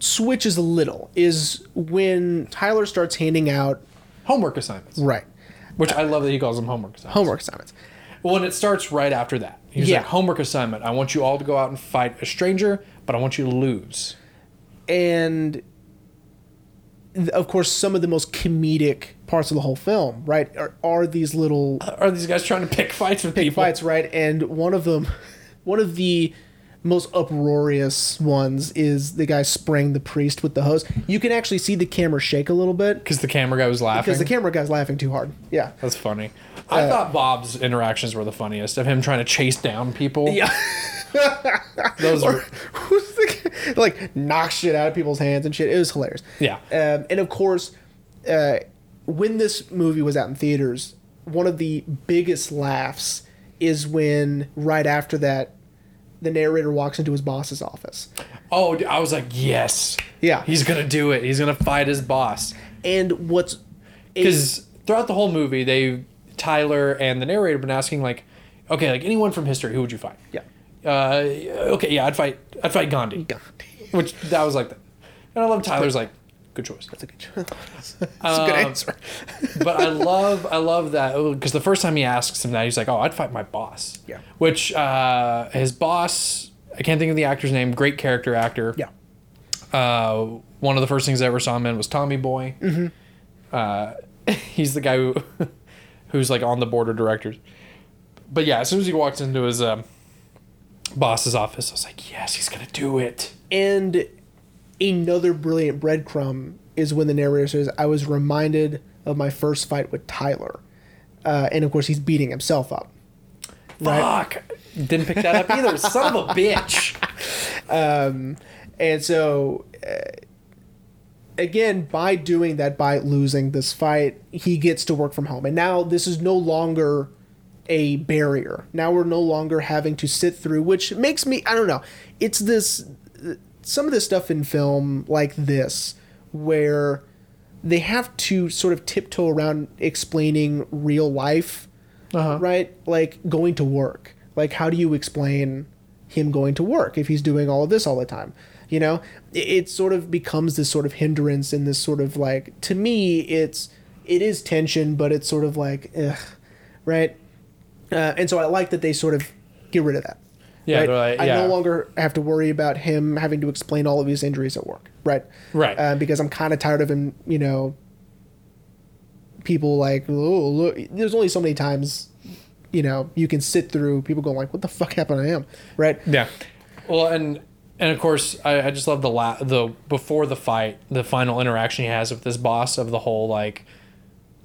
switches a little is when Tyler starts handing out
Homework assignments,
right
which I love that he calls them homework assignments.
homework assignments.
Well, and it starts right after that. He's
Yeah.
like, homework assignment. I want you all to go out and fight a stranger, but I want you to lose.
and th- of course some of the most comedic parts of the whole film right are, are these little
Are these guys trying to pick fights with people?
fights right and one of them one of the most uproarious ones is the guy spraying the priest with the hose you can actually see the camera shake a little bit
Because the camera guy was laughing.
because the camera guy's laughing too hard yeah
That's funny. Uh, I thought Bob's interactions were the funniest of him trying to chase down people.
yeah
Those were,
who's the guy- like knock shit out of people's hands and shit it was hilarious
yeah.
Um, and of course, uh, when this movie was out in theaters, one of the biggest laughs is when right after that, the narrator walks into his boss's office.
Oh, d- I was like, yes.
Yeah.
He's going to do it. He's going to fight his boss.
And what's
Because throughout the whole movie, they, Tyler and the narrator, have been asking, like, okay, like anyone from history, who would you fight?
yeah,
Uh, okay, yeah, I'd fight, I'd fight Gandhi.
God,
Which that was like, that. and I love Tyler's like, good choice.
that's a good, that's a good answer.
But I love, I love that because the first time he asks him that, he's like, oh, I'd fight my boss.
Yeah.
Which uh, his boss, I can't think of the actor's name. Great character actor.
Yeah,
Uh, one of the first things I ever saw him in was Tommy Boy. Mm-hmm. Uh, he's the guy who, who's like on the board of directors. But yeah, as soon as he walks into his um, boss's office, I was like, yes, he's gonna do it.
and another brilliant breadcrumb is when the narrator says, "I was reminded of my first fight with Tyler," uh, and of course he's beating himself up.
Fuck. Didn't pick that up either. Son of a bitch.
And so, uh, again, by doing that, by losing this fight, he gets to work from home. And now this is no longer a barrier. Now we're no longer having to sit through, which makes me, I don't know. It's this, some of this stuff in film like this, where they have to sort of tiptoe around explaining real life, right? Like going to work. Like, how do you explain him going to work if he's doing all of this all the time? You know, it, it sort of becomes this sort of hindrance and this sort of like, to me, it's, it is tension, but it's sort of like, ugh, right? Uh, and so I like that they sort of get rid of that.
Yeah,
right?
they're like,
I
yeah.
no longer have to worry about him having to explain all of his injuries at work, right?
Right.
Uh, because I'm kind of tired of him, you know, people like, oh, look, there's only so many times, you know, you can sit through people going like, what the fuck happened to him, right?
Yeah. Well, and and of course, I, I just love the la- the before the fight, the final interaction he has with this boss of the whole like,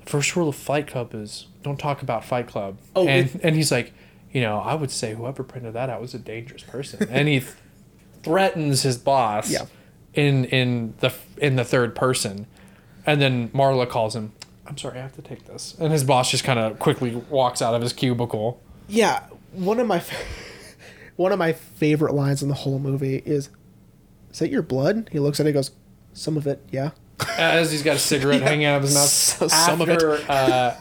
first rule of Fight Club is don't talk about Fight Club.
Oh,
and,
it-
and he's like, you know, I would say whoever printed that out was a dangerous person. and he th- threatens his boss
Yeah.
in in the in the third person. And then Marla calls him, I'm sorry, I have to take this. And his boss just kind of quickly walks out of his cubicle.
Yeah, one of my fa- one of my favorite lines in the whole movie is, "Is that your blood?" He looks at it, and goes, "Some of it, yeah."
as he's got a cigarette hanging out of his mouth.
So-
after,
some of it.
uh,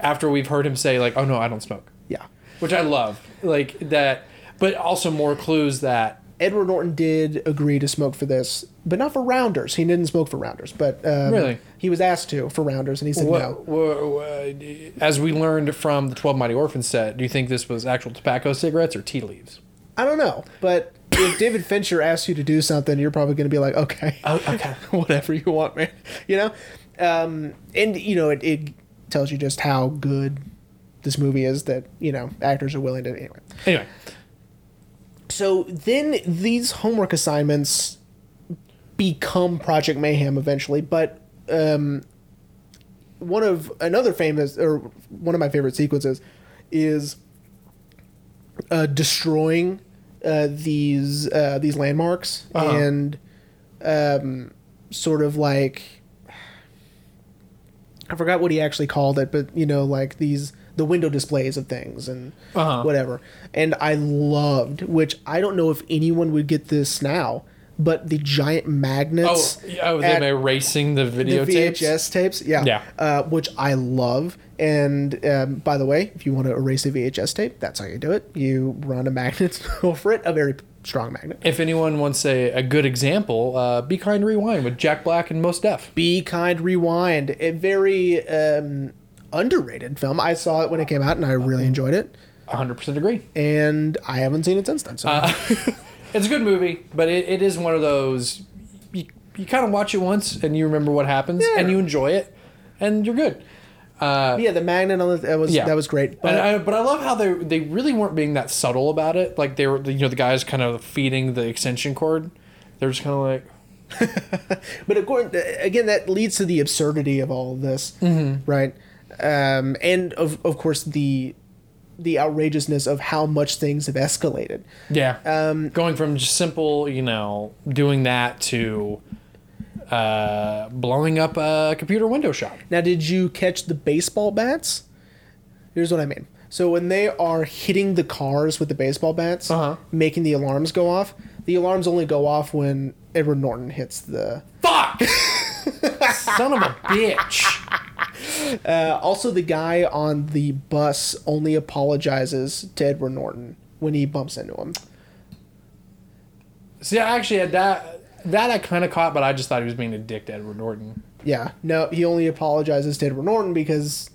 after we've heard him say like, "Oh no, I don't smoke,"
Yeah.
which I love, like that. But also more clues that
Edward Norton did agree to smoke for this, but not for Rounders. He didn't smoke for Rounders, but um,
Really?
he was asked to for Rounders, and he said
what,
no.
as we learned from the Twelve Mighty Orphans set. Do you think this was actual tobacco cigarettes or tea leaves?
I don't know, but if David Fincher asks you to do something, you're probably going to be like, okay,
Oh, okay.
whatever you want, man. You know, um, and you know it, it tells you just how good this movie is that you know actors are willing to anyway.
Anyway,
So then these homework assignments become Project Mayhem eventually, but um, one of another famous or one of my favorite sequences is uh, destroying uh, these uh, these landmarks
Uh-huh.
and um, sort of like I forgot what he actually called it, but you know, like these the window displays of things and
Uh-huh.
whatever. And I loved, which I don't know if anyone would get this now, but the giant
oh,
magnets.
oh,
at
them erasing the
the
videotapes.
VHS tapes, yeah,
Yeah.
Uh, which I love. And um, by the way, if you want to erase a VHS tape, that's how you do it. You run a magnet over it, a very strong magnet.
If anyone wants a, a good example, uh, Be Kind Rewind with Jack Black and Most Def.
Be Kind Rewind, a very um, underrated film. I saw it when it came out, and I really enjoyed it.
100% agree.
And I haven't seen it since then. So
It's a good movie, but it, it is one of those you, you kind of watch it once and you remember what happens
Yeah.
and you enjoy it and you're good.
yeah, the magnet on the that was
Yeah,
that was great.
But
But
I, but I love how they they really weren't being that subtle about it. Like they were, you know, the guys kind of feeding the extension cord. They're just kind of like,
but according, again, that leads to the absurdity of all of this, right? Um, and of of course the the outrageousness of how much things have escalated.
yeah, um, going from just simple, you know, doing that to uh, blowing up a computer window shop.
Now, did you catch the baseball bats? Here's what I mean. So when they are hitting the cars with the baseball bats,
Uh-huh.
making the alarms go off, the alarms only go off when Edward Norton hits the.
Fuck, son of a bitch.
Uh, also, the guy on the bus only apologizes to Edward Norton when he bumps into him.
See, I actually had that. That I kind of caught, but I just thought he was being a dick to Edward Norton.
Yeah, no, he only apologizes to Edward Norton because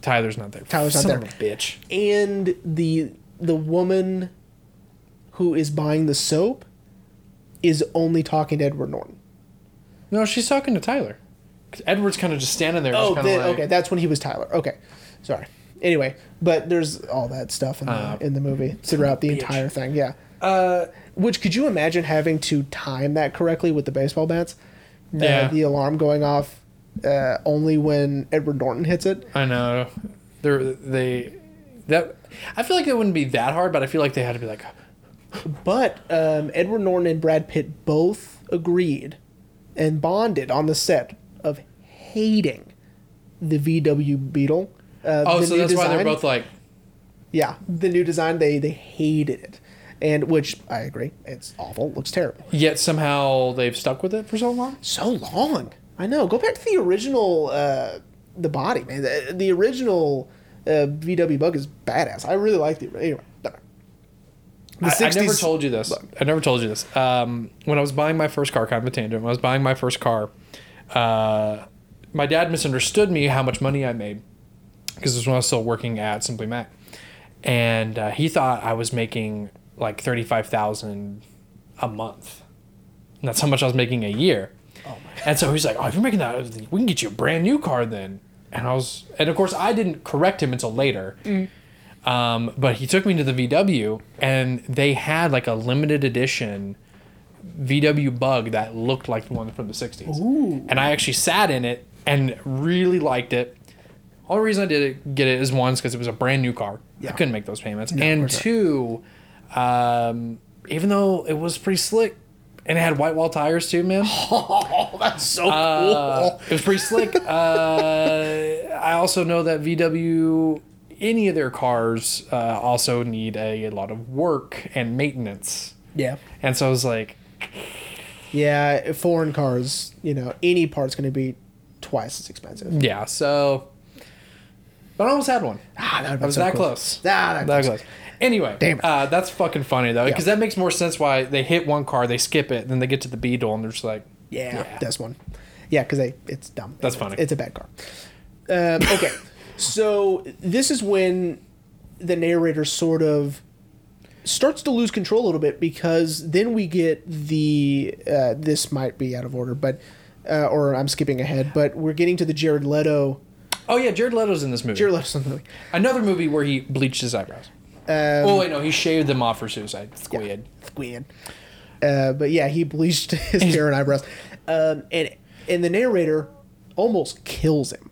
Tyler's not there.
Tyler's not
Son
there.
of a bitch.
and the the woman who is buying the soap is only talking to Edward Norton.
No, she's talking to Tyler. 'Cause Edward's kind of just standing there.
Oh,
just kinda
then-
like,
okay. That's when he was Tyler. Okay, sorry. Anyway, but there's all that stuff in the, in the movie throughout the
Uh, bitch.
entire thing. Yeah. Uh, which could you imagine having to time that correctly with the baseball bats? Uh,
Yeah.
the alarm going off uh, only when Edward Norton hits it.
I know. They're they that. I feel like it wouldn't be that hard, but I feel like they had to be like,
But um, Edward Norton and Brad Pitt both agreed and bonded on the set of hating the VW Beetle. Uh,
oh,
the
so
new
that's why they're
design.
both like,
Yeah, the new design they they hated it, and which I agree, it's awful. Looks terrible.
yet somehow they've stuck with it for so long.
So long. I know. Go back to the original, uh, the body man. The, the original uh, VW Bug is badass. I really like the anyway. whatever. The
I, I
60s
never told you this. I never told you this. Um, when I was buying my first car, kind of a tangent. When I was buying my first car, uh, my dad misunderstood me how much money I made because this was when I was still working at Simply Mac, and uh, he thought I was making like thirty five thousand a month. And that's how much I was making a year. And so he's like, "Oh, if you're making that, we can get you a brand new car then." And I was, and of course, I didn't correct him until later. Um, but he took me to the VW, and they had like a limited edition VW Bug that looked like the one from the '60s. And I actually sat in it and really liked it. Only reason I did it, get it is one because it was a brand new car. I couldn't make those payments, and two, um, even though it was pretty slick and it had white wall tires too, man.
Oh, that's so
Uh, it was pretty slick. Uh, I also know that VW, any of their cars, uh, also need a, a lot of work and maintenance.
Yeah.
And so I was like,
Yeah, foreign cars, you know, any part's going to be twice as expensive.
yeah, so. But I almost had one.
Ah, that
I was that
Ah,
close.
that,
That
close.
goes. Anyway,
Damn it.
Uh, that's fucking funny though, because that makes more sense why they hit one car, they skip it, then they get to the Beetle, and they're just like,
Yeah,
Yeah.
that's one. Yeah, because it's dumb.
That's
It's-
funny.
It's a bad car. Um, okay, so this is when the narrator sort of starts to lose control a little bit because then we get the uh, this might be out of order, but uh, or I'm skipping ahead, but we're getting to the Jared Leto.
"Oh yeah, Jared Leto's in this movie."
Jared Leto's in the movie.
Another movie where he bleached his eyebrows.
Um,
oh wait, no, he shaved them off for suicide. Squid.
Squid. Uh, but yeah, he bleached his hair and eyebrows, um, and and the narrator almost kills him.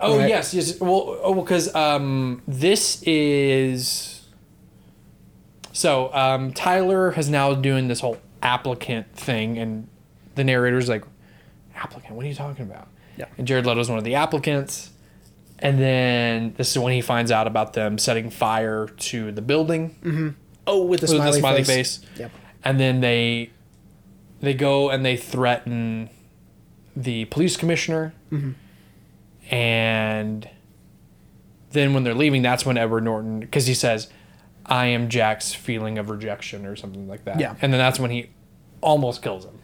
Oh
Right.
yes, yes. Well, oh, because um, this is so um, Tyler has now doing this whole applicant thing, and the narrator's like, "Applicant? What are you talking about?"
Yeah.
And Jared Leto's one of the applicants, and then this is when he finds out about them setting fire to the building
Oh, with a
with
smiley,
the smiley face.
face. Yep.
and then they they go and they threaten the police commissioner
Mm-hmm.
and then when they're leaving that's when edward norton because he says i am jack's feeling of rejection or something like that
Yeah.
and then that's when he almost kills him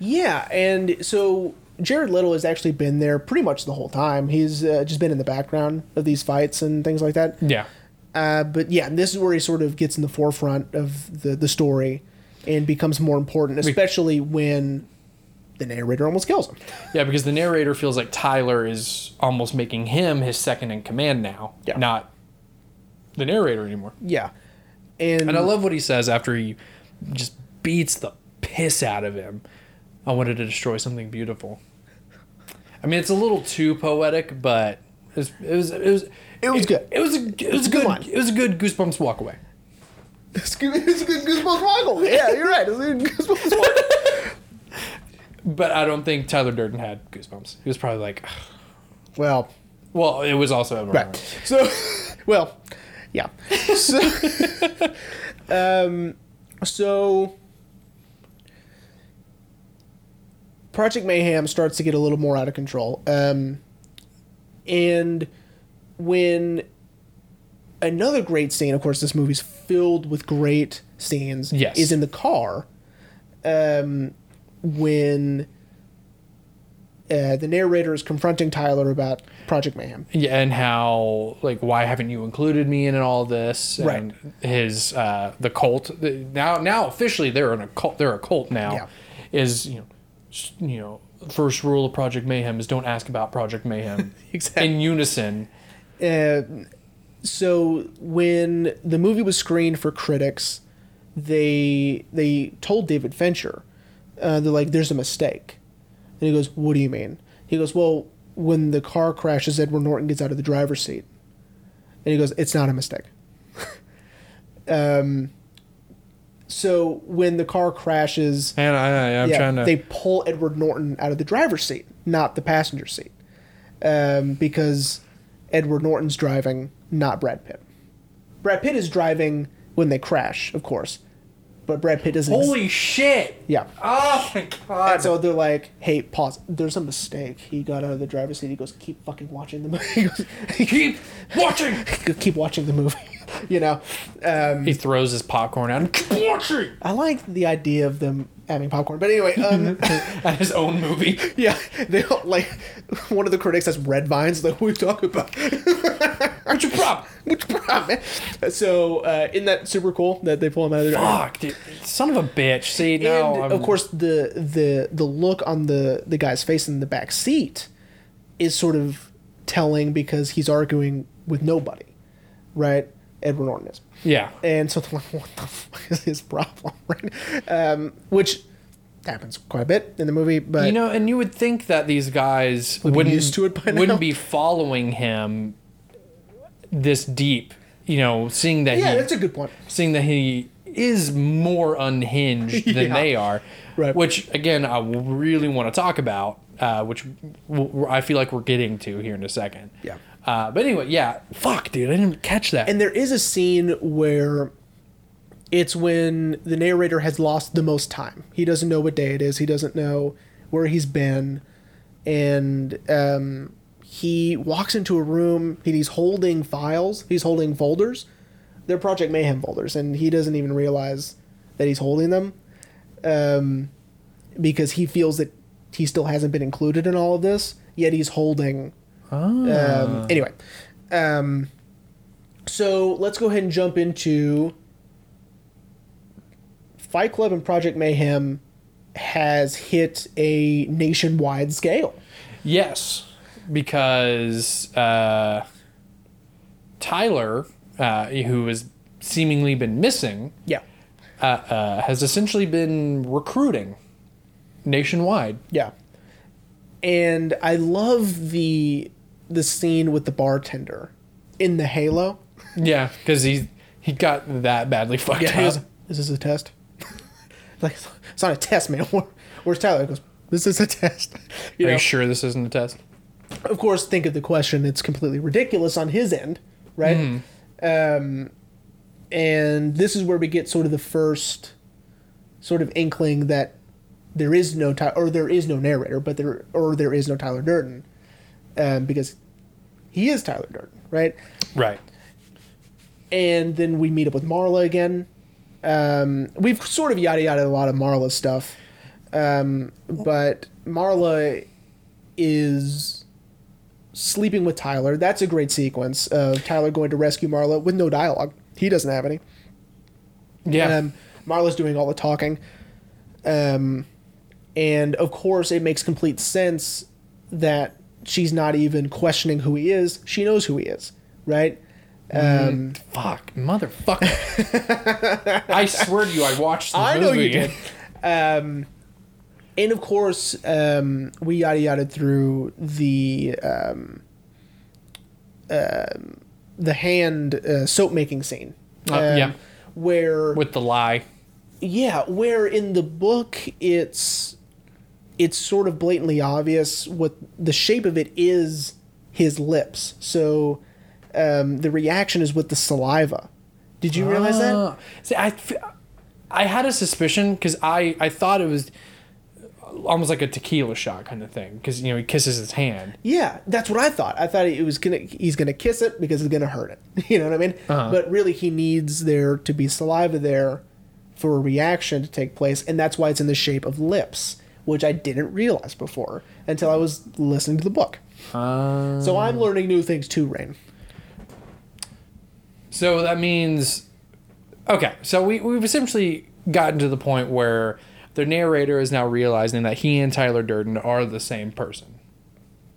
Yeah, and so Jared Little has actually been there pretty much the whole time. He's uh, just been in the background of these fights and things like that.
yeah
Uh, but yeah, this is where he sort of gets in the forefront of the, the story and becomes more important, especially when the narrator almost kills him.
yeah because the narrator feels like tyler is almost making him his second in command now
Yeah.
not the narrator anymore
Yeah. And,
And
Mm.
I love what he says after he just beats the piss out of him. I wanted to destroy something beautiful. I mean, it's a little too poetic, but it was it was it was,
It was good.
It was a, it was a
good
good
one.
it was a good goosebumps walk away.
it's good, it's good Goosebumps Woggle. Yeah, you're right. It's good Goosebumps Woggle.
But I don't think Tyler Durden had goosebumps. He was probably like,
well,
well, it was also Edward Norton.
Right. So, well, yeah. So, um, so Project Mayhem starts to get a little more out of control. Um, and when another great scene, of course, this movie's filled with great scenes,
Yes.
is in the car. Um, when uh, the narrator is confronting Tyler about Project Mayhem.
Yeah, and how like why haven't you included me in all this?
Right.
And his uh the cult the- now now officially they're in a cult they're a cult now.
Yeah.
Is you know s- you know first rule of Project Mayhem is don't ask about Project Mayhem.
Exactly.
In unison.
Uh, so when the movie was screened for critics, they they told David Fincher, uh, they're like, "There's a mistake," and he goes, "What do you mean?" He goes, "Well, when the car crashes, Edward Norton gets out of the driver's seat," and he goes, "It's not a mistake." um, so when the car crashes,
And I, I I'm
yeah,
trying to
they pull Edward Norton out of the driver's seat, not the passenger seat, um, because Edward Norton's driving, not Brad Pitt. Brad Pitt is driving when they crash, of course, but Brad Pitt doesn't.
Holy shit.
yeah.
Oh my god.
And so they're like, "Hey, pause. There's a mistake. He got out of the driver's seat. He goes, keep fucking watching the movie. He goes,
keep watching.
keep watching the movie. you know, um,
He throws his popcorn out. Keep watching.
I like the idea of them having popcorn. But anyway, um,
At his own movie.
Yeah, they all, like one of the critics has red vines. Like, what are you talking about?
What's your problem?
Which problem? So, uh, isn't that super cool that they pull him out of the
Fuck, dude. Son of a bitch. See, now
And
I'm-
of course, the the the look on the the guy's face in the back seat is sort of telling because he's arguing with nobody, right? Edward Norton is.
Yeah.
And so they're like, what the fuck is his problem, right? Um, which happens quite a bit in the movie, but
you know, and you would think that these guys
be
would not
used to it by
wouldn't
now.
be following him this deep. You know, seeing that
yeah,
he
that's a good point.
seeing that he is more unhinged than
Yeah.
they are,
Right.
which again I w- really want to talk about, uh, which w- w- I feel like we're getting to here in a second.
Yeah.
Uh, but anyway, yeah, fuck, dude, I didn't catch that.
And there is a scene where it's when the narrator has lost the most time. He doesn't know what day it is. He doesn't know where he's been, and um, he walks into a room and he's holding files. He's holding folders. They're Project Mayhem folders, and he doesn't even realize that he's holding them um, because he feels that he still hasn't been included in all of this. Yet he's holding um, anyway, um, so let's go ahead and jump into Fight Club and Project Mayhem has hit a nationwide scale.
Yes, because uh, Tyler, uh, who has seemingly been missing,
Yeah,
uh, uh, has essentially been recruiting nationwide.
yeah. And I love the the scene with the bartender in the Halo.
Yeah, because he he got that badly fucked
Yeah, he
up.
goes, this is a test. like it's not a test, man. Where- Where's Tyler? He goes, this is a test. You
Are
know?
you sure this isn't a test?
of course, think of the question. It's completely ridiculous on his end, right? Um, and this is where we get sort of the first sort of inkling that there is no Ty- or there is no narrator, but there or there is no Tyler Durden, um, because he is Tyler Durden, right?
Right.
And then we meet up with Marla again. Um, we've sort of yada yada a lot of Marla stuff, um, but Marla is sleeping with Tyler. That's a great sequence of Tyler going to rescue Marla with no dialogue. He doesn't have any.
Yeah.
Um, Marla's doing all the talking. Um, and of course, it makes complete sense that she's not even questioning who he is. She knows who he is, right?
Fuck, motherfucker. I swear to you, I watched the
I
movie.
know you did. and of course, um, we yada yada through the um, um the hand uh, soap making scene.
Uh,
Um,
yeah.
Where
With the lie.
yeah, where in the book it's it's sort of blatantly obvious what the shape of it is his lips. So um, the reaction is with the saliva. Did you realize that?
Ah. See, I, f- I had a suspicion because I, I thought it was almost like a tequila shot kind of thing because you know he kisses his hand.
Yeah, that's what I thought. I thought it was gonna he's gonna kiss it because it's gonna hurt it. You know what I mean?
Uh-huh.
But really, he needs there to be saliva there for a reaction to take place, and that's why it's in the shape of lips, which I didn't realize before until I was listening to the book.
Ah.
So I'm learning new things too, Rain.
So that means, okay. So we we've essentially gotten to the point where the narrator is now realizing that he and Tyler Durden are the same person.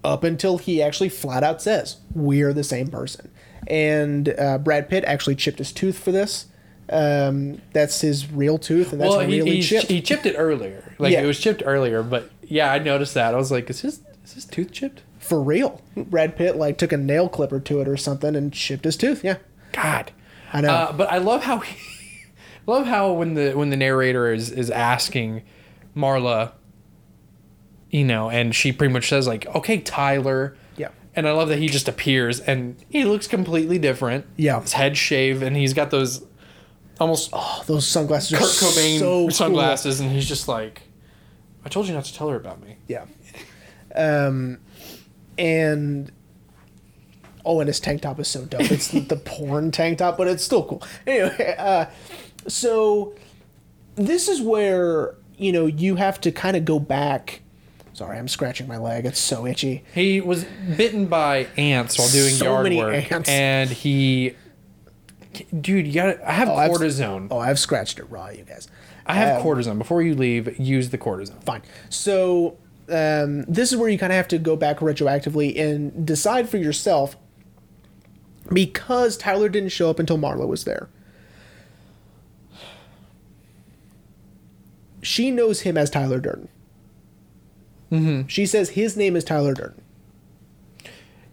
Up until he actually flat out says, "We're the same person," and uh, Brad Pitt actually chipped his tooth for this. Um, that's his real tooth, and that's
well, he,
really
he,
chipped.
he chipped it earlier. Like
Yeah.
it was chipped earlier, but yeah, I noticed that. I was like, is his is his tooth chipped?
for real. Brad Pitt like took a nail clipper to it or something and chipped his tooth. Yeah,
God.
I know.
Uh, but I love how he, love how when the when the narrator is is asking Marla, you know, and she pretty much says like, "Okay, Tyler."
Yeah.
And I love that he just appears and he looks completely different.
Yeah.
His head shaved and he's got those almost
oh, those sunglasses are
Kurt Cobain
so cool.
sunglasses and he's just like, "I told you not to tell her about me."
Yeah. Um, and oh, and his tank top is so dope. It's the porn tank top, but it's still cool. Anyway, uh, so this is where you know you have to kind of go back. Sorry, I'm scratching my leg. It's so itchy.
He was bitten by ants while doing
So
yard
many
work,
ants.
and he, dude, you got. to I have
I've-
cortisone.
Oh, I've scratched it raw, you guys.
I have cortisone. Before you leave, use the cortisone.
fine. So um, this is where you kind of have to go back retroactively and decide for yourself because Tyler didn't show up until Marla was there. she knows him as Tyler Durden. Mm-hmm. She says his name is Tyler Durden.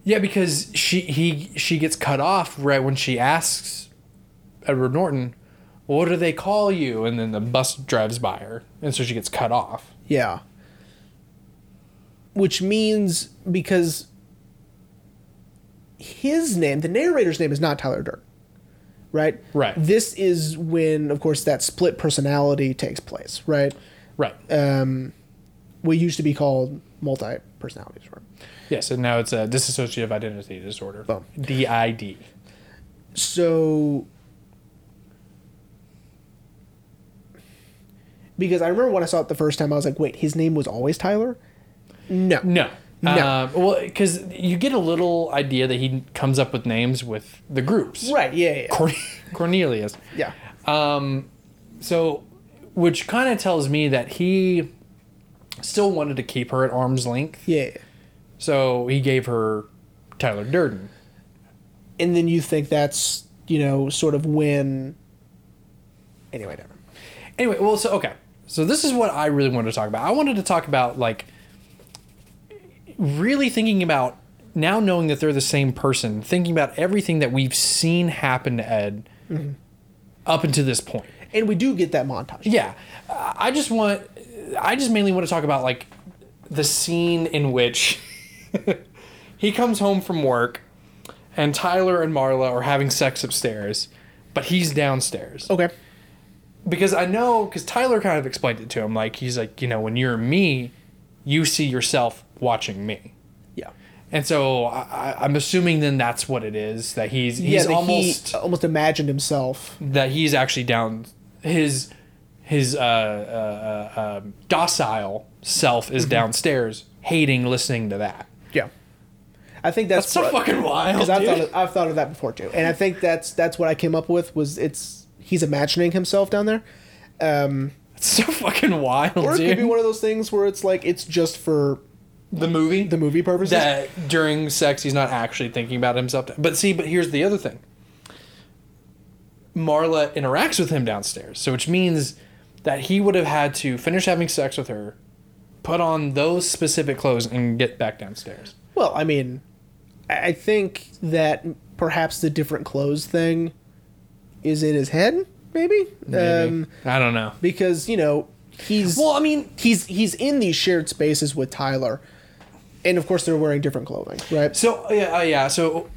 Yeah, because she he she gets cut off right when she asks Edward Norton, "What do they call you?" And then the bus drives by her, and so she gets cut off.
Yeah. Which means because his name, the narrator's name, is not Tyler Durden, right?
Right.
This is when, of course, that split personality takes place, right?
Right.
Uh, What used to be called multi personalities, right?
yes, and now it's a dissociative identity disorder.
Boom.
DID.
so because I remember when I saw it the first time, I was like, "Wait, his name was always Tyler?" No,
No.
No.
Uh, well, because you get a little idea that he comes up with names with the groups.
right? Yeah, yeah, yeah.
Corn- Cornelius.
yeah.
So, which kind of tells me that he still wanted to keep her at arm's length.
yeah.
So he gave her Tyler Durden.
And then you think that's you know sort of when. Anyway, never. mind.
Anyway, well, so okay. So this is what I really wanted to talk about. I wanted to talk about like really thinking about now knowing that they're the same person, thinking about everything that we've seen happen to Ed up until this point.
And we do get that montage.
Yeah, Uh, I just want, I just mainly want to talk about like the scene in which he comes home from work, and Tyler and Marla are having sex upstairs, but he's downstairs
Okay.
because I know because Tyler kind of explained it to him. Like he's like, you know, when you're me, you see yourself watching me.
Yeah.
And so I, I, I'm assuming then that's what it is that he's
Yeah,
he's
that
almost Mm-hmm.
he almost imagined himself.
that he's actually down his his uh, uh, uh, um, docile self is downstairs hating listening to that.
Yeah. I think that's,
That's so
what-
fucking wild,
Because I've thought
dude.
of, I've thought of that before too, and I think that's that's what I came up with was it's he's imagining himself down there,
It's so fucking wild,
or it
dude.
could be one of those things where it's like it's just for
the movie,
the movie purposes.
that during sex he's not actually thinking about himself. But see, but here's the other thing. Marla interacts with him downstairs, so which means that he would have had to finish having sex with her, put on those specific clothes, and get back downstairs.
Well, I mean, I I think that perhaps the different clothes thing is in his head, maybe, Um,
I don't know.
because you know he's
Well, I mean,
he's he's in these shared spaces with Tyler, and of course they're wearing different clothing, right?
so yeah, uh, yeah, so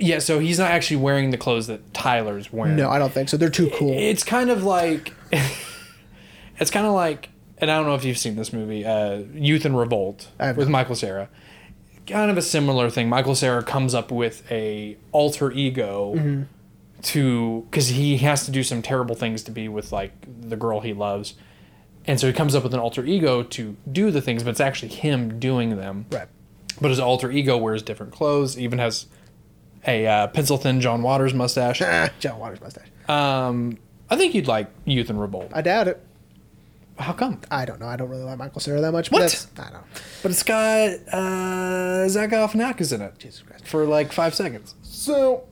yeah, so he's not actually wearing the clothes that Tyler's wearing.
no, I don't think so. They're too cool.
it's kind of like it's kind of like and i don't know if you've seen this movie uh, youth and revolt
I have
with
not.
michael Cera. kind of a similar thing michael Cera comes up with a alter ego
Mm-hmm.
to because he has to do some terrible things to be with like the girl he loves and so he comes up with an alter ego to do the things but it's actually him doing them
right.
but his alter ego wears different clothes even has a uh, pencil thin john waters mustache
Ah, John Waters mustache.
um, I think you'd like Youth and Revolt.
I doubt it.
How come?
I don't know. I don't really like Michael Cera that much.
What?
But that's, I don't. know.
But it's got uh, Zach Galifianakis in it
Jesus Christ.
for like five seconds.
So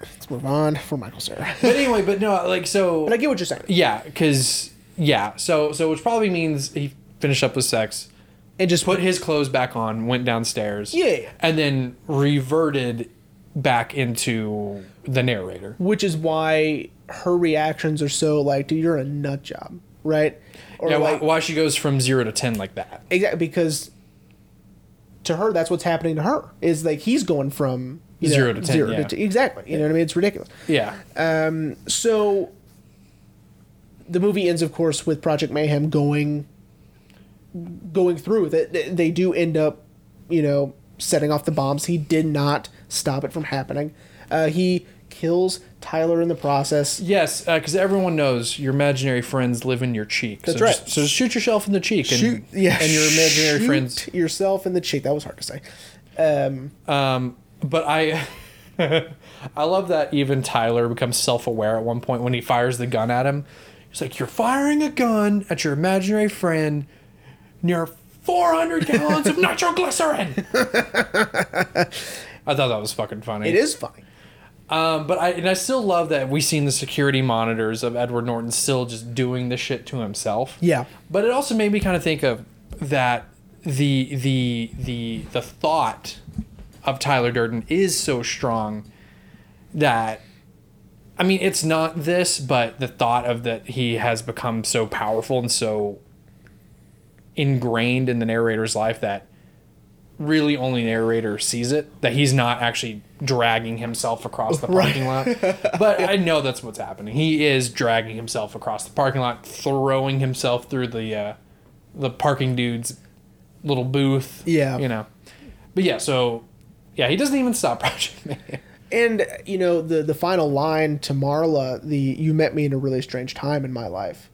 let's move on for Michael Cera.
But anyway, but no, like so.
but I get what you're saying.
yeah, because yeah, so so which probably means he finished up with sex,
And just
put his clothes back on, went downstairs.
Yeah.
and then reverted back into the narrator.
which is why her reactions are so like, dude, you're a nut job, right? Or
Yeah, why,
like,
why she goes from zero to ten like that.
exactly because to her, that's what's happening to her. Is like he's going from you know,
Zero to 10, yeah.
t- exactly. You know what I mean? It's ridiculous.
Yeah,
So the movie ends, of course, with Project Mayhem going going through with it. They- They do end up, you know, setting off the bombs. He did not stop it from happening. Uh, he kills Tyler in the process.
Yes, because everyone knows your imaginary friends live in your cheek.
That's
so
right.
Just, so just shoot yourself in the cheek and, and your imaginary
Mm-hmm. shoot
friends.
yourself in the cheek. That was hard to say.
Um, but I, I love that even Tyler becomes self-aware at one point when he fires the gun at him. He's like, "You're firing a gun at your imaginary friend near 400 gallons of nitroglycerin." I thought that was fucking funny.
It is funny.
Um, but I and I still love that we've seen the security monitors of Edward Norton still just doing this shit to himself.
Yeah.
But it also made me kind of think of that the the the the thought of Tyler Durden is so strong that I mean it's not this, but the thought of that he has become so powerful and so ingrained in the narrator's life that really only narrator sees it that he's not actually dragging himself across the parking lot but i know that's what's happening he is dragging himself across the parking lot throwing himself through the uh, the parking dude's little booth
Yeah.
you know but yeah so yeah he doesn't even stop project man
And you know the the final line to Marla, the "You met me in a really strange time in my life,"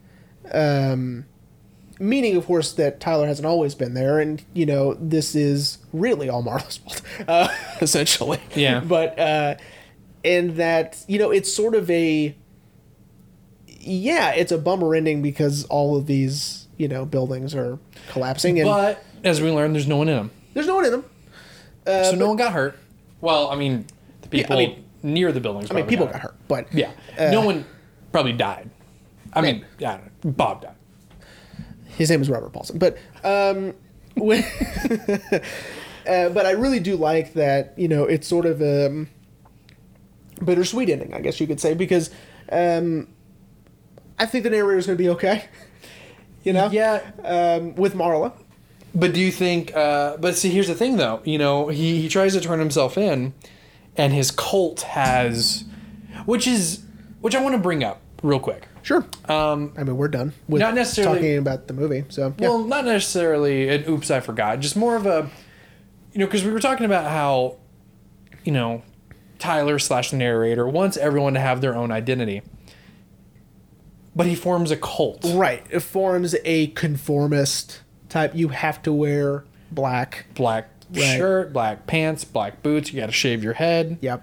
um, meaning, of course, that Tyler hasn't always been there, and you know this is really all Marla's fault, uh, essentially.
Yeah.
But uh, and that you know it's sort of a yeah, it's a bummer ending because all of these you know buildings are collapsing, and
but as we learned there's no one in him
there's no one in them.
so no one got hurt Uh, well i mean the
Yeah, I
people
mean-
near the buildings
I mean, people got hurt, Uh, but
yeah no one probably died i mean yeah I don't know. bob died
his name is Robert Paulson. But um, when, uh, but I really do like that. You know, it's sort of a bittersweet ending, I guess you could say, because um, I think the narrator's going to be okay. You know,
Yeah,
um, with Marla.
but do you think? Uh, but see, here's the thing, though. You know, he he tries to turn himself in, and his cult has, which is, which I want to bring up real quick.
Sure.
Um,
I mean, we're done with
Not necessarily-
talking about the movie. So yeah.
Well, not necessarily an oops, I forgot. Just more of a, you know, because we were talking about how, you know, Tyler slash the narrator wants everyone to have their own identity, but he forms a cult.
right, it forms a conformist type. You have to wear black.
Black
Right.
shirt, black pants, black boots. You got to shave your head.
Yep.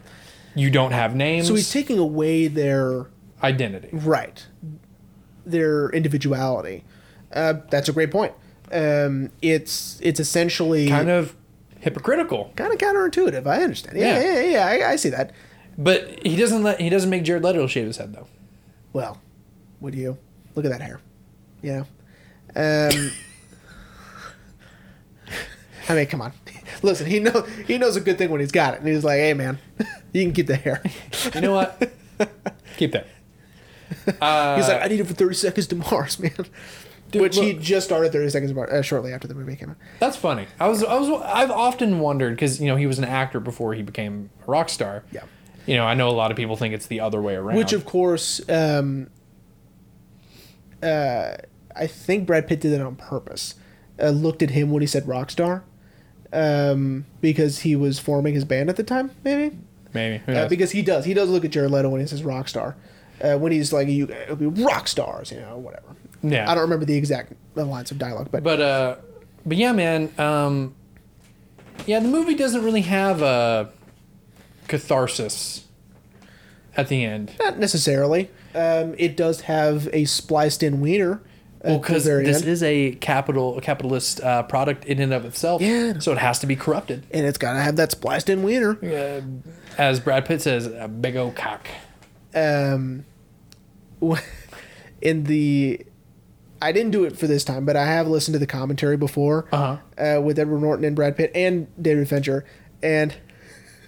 You don't have names.
So he's taking away their
identity.
right their individuality uh, that's a great point um, it's it's essentially
kind of hypocritical.
kind of counterintuitive i understand yeah
Yeah.
yeah yeah, yeah, I, I see that
But he doesn't let he doesn't make Jared Leto shave his head though.
well would you look at that hair you know um, i mean come on listen he know he knows a good thing when he's got it and he's like hey man you can keep the hair
You know what? Keep that.
he's like i need it for 30 seconds to mars man
Uh, Dude,
which he
look.
just started 30 seconds to mars uh, shortly after the movie came out
That's funny. I was I was I've often wondered because you know he was an actor before he became a rock star.
Yeah.
You know I know a lot of people think it's the other way around.
Which, of course, um, uh, I think Brad Pitt did that on purpose. Uh, looked at him when he said rock star, um, because he was forming his band at the time, maybe.
maybe who
Uh,
knows?
because he does, he does look at Jared Leto when he says rock star, uh, when he's like, "You it'll be rock stars," you know, whatever.
yeah.
I don't remember the exact lines of dialogue, but,
But uh, but yeah, man. Um, yeah, the movie doesn't really have a catharsis at the end.
not necessarily. Um, it does have a spliced in wiener. uh, at
Well,
the
because
very
this
end.
is a capital a capitalist uh, product in and of itself,
Yeah.
so it has to be corrupted.
and it's gotta have that spliced in wiener.
Uh, as Brad Pitt says, a big old cock.
um, in the I didn't do it for this time, but I have listened to the commentary before
Uh-huh.
uh, with Edward Norton and Brad Pitt and David Fincher, and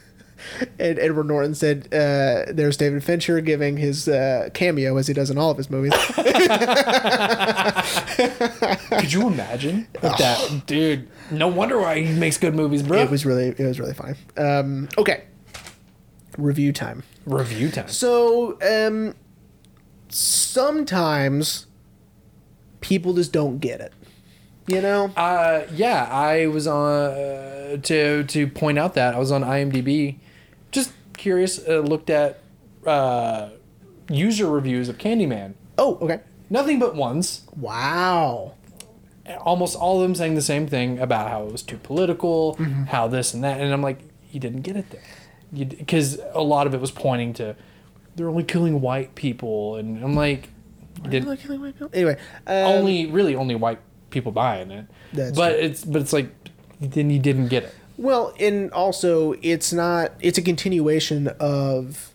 and Edward Norton said, uh, "There's David Fincher giving his uh, cameo as he does in all of his movies."
Could you imagine Like that, dude? No wonder why he makes good movies, bro.
Oh. it was really it was really funny. Um, okay, review time.
review time.
So um, sometimes people just don't get it, you know.
Uh, yeah, I was on uh, to to point out that I was on IMDb, just curious. Uh, looked at uh, user reviews of Candyman.
Oh, okay.
Nothing but ones.
Wow.
almost all of them saying the same thing about how it was too political,
Mm-hmm.
how this and that, and I'm like, you didn't get it there, because a lot of it was pointing to they're only killing white people, and I'm like, you didn't
Anyway, um,
only really only white people buying it,
That's
but it's but it's like then you didn't get it.
well, and also it's not. It's a continuation of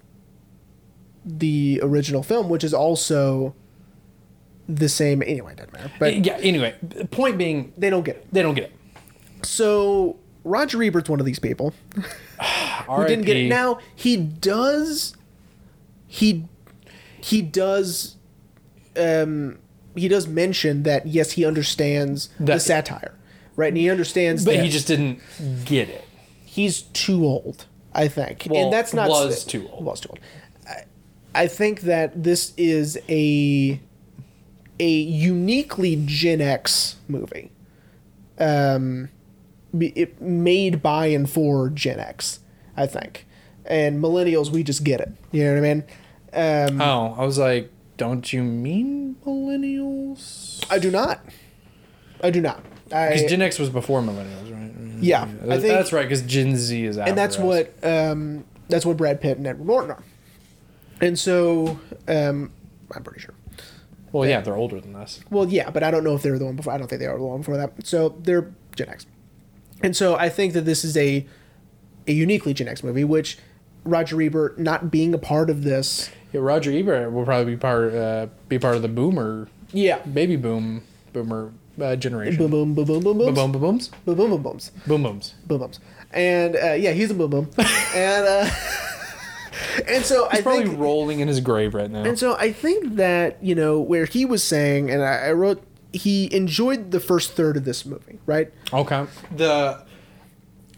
the original film, which is also the same. Anyway, it doesn't matter. But
yeah. Anyway, point being,
they don't get it.
they don't get it.
So Roger Ebert's one of these people who
Who
didn't get it. Now he does. He he does. Um, he does mention that yes, he understands the
That-
satire, right? And he understands
but
that
he just didn't get it.
he's too old. I think,
Well,
and that's not
was too old.
Was too old. I, I think that this is a a uniquely Gen X movie, um, be- it, made by and for Gen X. I think, and millennials, we just get it. You know what I mean?
Oh, I was like, don't you mean millennials?
I do not. I do not. I,
Because Gen X was before millennials, right? Mm.
yeah, I think
that's right. Because Gen Z is after
and that's
us.
what um, that's what Brad Pitt and Edward Norton are. And so, um, I'm pretty sure.
Well, yeah, they're older than us.
Well, yeah, but I don't know if they were the one before. I don't think they are the one before that. So they're Gen X, and so I think that this is a a uniquely Gen X movie, which Roger Ebert not being a part of this.
Yeah, Roger Ebert will probably be part uh, be part of the boomer
Yeah.
baby boom boomer uh, generation.
Boom boom boom boom boom boom boom
boom boom booms
boom boom booms
boom booms.
boom booms, and uh, yeah, he's a boom boom, and uh, and so I
He's probably
think
rolling in his grave right now.
And so I think that, you know, where he was saying, and I, I wrote, he enjoyed the first third of this movie, right?
Okay. The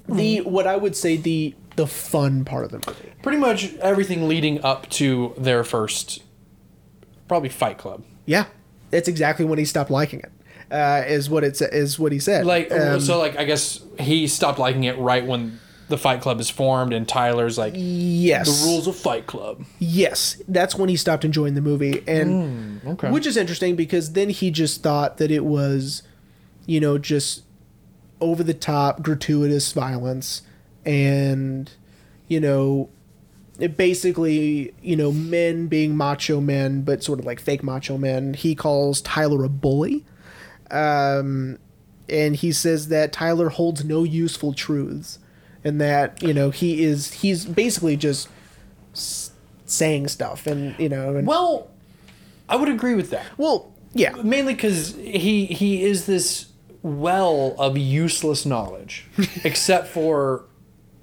Mm-hmm.
The, what I would say, the, the fun part of the movie.
pretty much everything leading up to their first, probably Fight Club.
Yeah. That's exactly when he stopped liking it, uh, is what it's, is what he said.
Like
Um,
so, like I guess he stopped liking it right when the Fight Club is formed, and Tyler's like
yes.
the rules of Fight Club.
Yes. That's when he stopped enjoying the movie.
Hmm.
And,
Okay.
which is interesting because then he just thought that it was, you know, just over the top, gratuitous violence, and you know, it basically, you know, men being macho men, but sort of like fake macho men. He calls Tyler a bully, um, and he says that Tyler holds no useful truths, and that you know he is he's basically just. s- Saying stuff and you know and
well, I would agree with that.
well yeah
mainly because he he is this well of useless knowledge, except for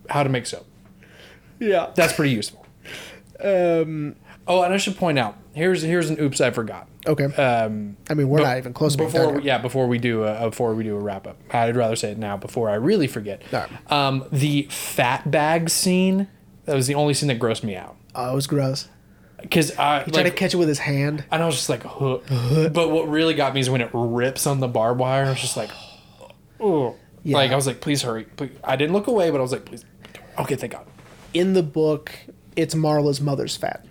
how to make soap.
yeah
That's pretty useful. Um, oh, and I should point out here's here's an oops I forgot.
Okay.
Um,
I mean, we're
but
not even close to
before
before.
we, yeah before we do a, before we do a wrap up. I'd rather say it now before I really forget.
All right.
Um, the fat bag scene that was the only scene that grossed me out
oh, it was gross.
because I
Trying
like,
to catch it with his hand.
and I was just like, huh. but what really got me is when it rips on the barbed wire. I was just like, oh,
Yeah.
like I was like, please hurry. Please. I didn't look away, but I was like, please. Okay, thank God.
In the book, it's Marla's mother's fat.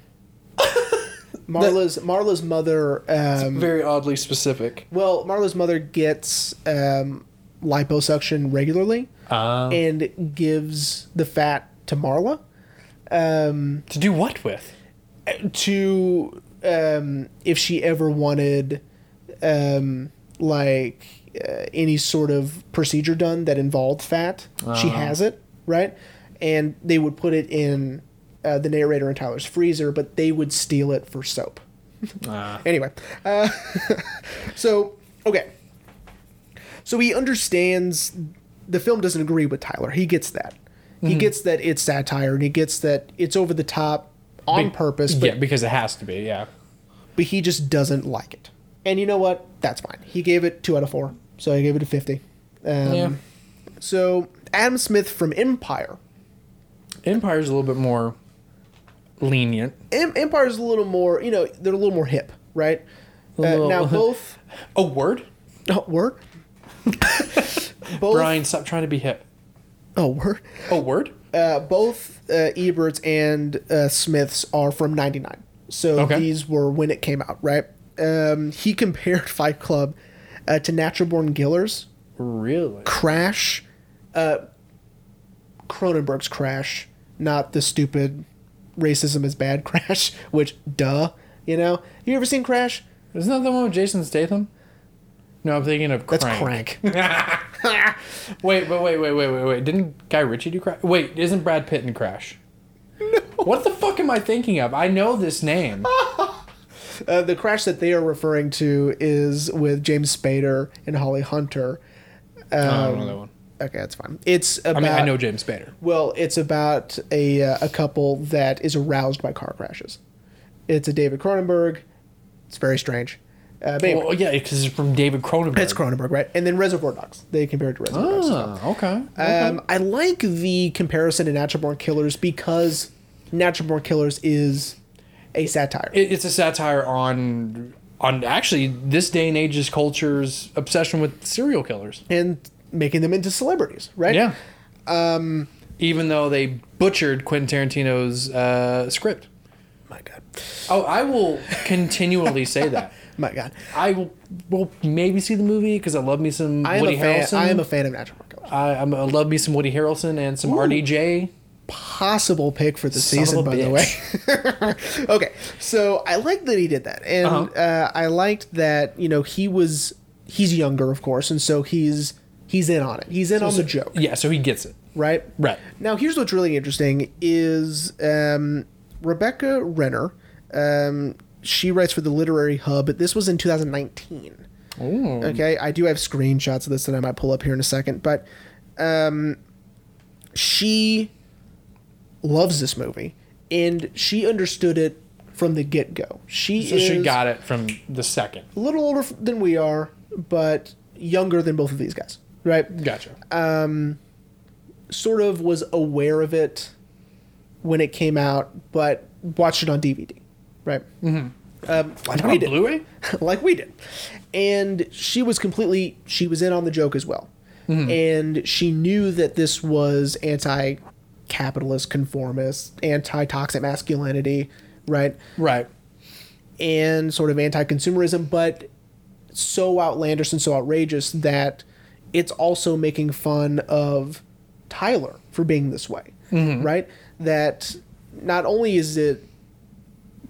Marla's Marla's mother. Um,
Very oddly specific.
well, Marla's mother gets um, liposuction regularly
Uh,
and gives the fat to Marla
to do what with?
to um, if she ever wanted um, like uh, any sort of procedure done that involved fat, she has it right, and they would put it in uh, the narrator and Tyler's freezer, but they would steal it for soap.
Uh,
Anyway, uh, so okay, so he understands. The film doesn't agree with Tyler. He gets that. He gets that it's satire, and he gets that it's over the top on purpose, but
yeah, because it has to be. Yeah.
but he just doesn't like it. And you know what? That's fine. He gave it two out of four, so I gave it a fifty. Um,
yeah.
So Adam Smith from Empire.
Empire's a little bit more lenient.
Em- Empire's a little more, you know, they're a little more hip, right? Uh,
little-
now both
A word?
oh, word. both
Brian, stop trying to be hip.
oh word.
A word?
Uh, both uh, Ebert's and uh, Smith's are from '99, so
Okay.
these were when it came out, right? Um, he compared Fight Club uh, to Natural Born Killers,
Really?
Crash, uh, Cronenberg's Crash, not the stupid racism is bad Crash, which duh, you know. You ever seen Crash?
Isn't that the one with Jason Statham? No, I'm thinking of
That's
Crank.
Crank.
Wait, but wait, wait, wait, wait, wait. Didn't Guy Ritchie do Crash? Wait, isn't Brad Pitt in Crash? No. Um, What the fuck am I thinking of? I know this name.
Uh, the crash that they are referring to is with James Spader and Holly Hunter.
I don't know that one.
Okay, that's fine. It's about
I mean, I know James Spader.
well, it's about a uh, a couple that is aroused by car crashes. It's a David Cronenberg. It's very strange. Uh, but anyway,
Well, yeah, because it's from David Cronenberg.
it's Cronenberg, right? And then Reservoir Dogs. They compare it to Reservoir Dogs. as well.
Ah, okay.
Um, I like the comparison to Natural Born Killers because Natural Born Killers is a satire.
it, it's a satire on on actually this day and age's culture's obsession with serial killers.
and making them into celebrities, right? Um,
Yeah. Um, even though they butchered Quentin Tarantino's uh, script.
My God.
Oh, I will continually say that.
My God.
I will, will maybe see the movie because I love me some
I am
Woody
a fan.
Harrelson.
I am a fan of Natural Born Killers.
I, I'm, I love me some Woody Harrelson and some RDJ.
Possible pick for the
Son of
season,
a
by the way. okay, so I liked that he did that, and uh
Uh-huh.
I liked that you know he was he's younger, of course, and so he's he's in on it. He's in on the joke,
Yeah, so he gets it.
right?
Right.
Now, here's what's really interesting is um, Rebecca Renner. Um, she writes for the Literary Hub. but This was in 2019. Okay, I do have screenshots of this that I might pull up here in a second, but um, she loves this movie and she understood it from the get go. She
So
is
she got it from the second.
a little older f- than we are, but younger than both of these guys, right?
Gotcha.
Uh, sort of was aware of it when it came out, but watched it on DVD, right? Mm-hmm. Um, like
Not
we
on
did,
Blu-ray?
like we did, and she was completely she was in on the joke as well, and she knew that this was anti-capitalist, conformist, anti-toxic masculinity, right?
Right.
and sort of anti-consumerism, but so outlandish and so outrageous that it's also making fun of Tyler for being this way, right? That not only is it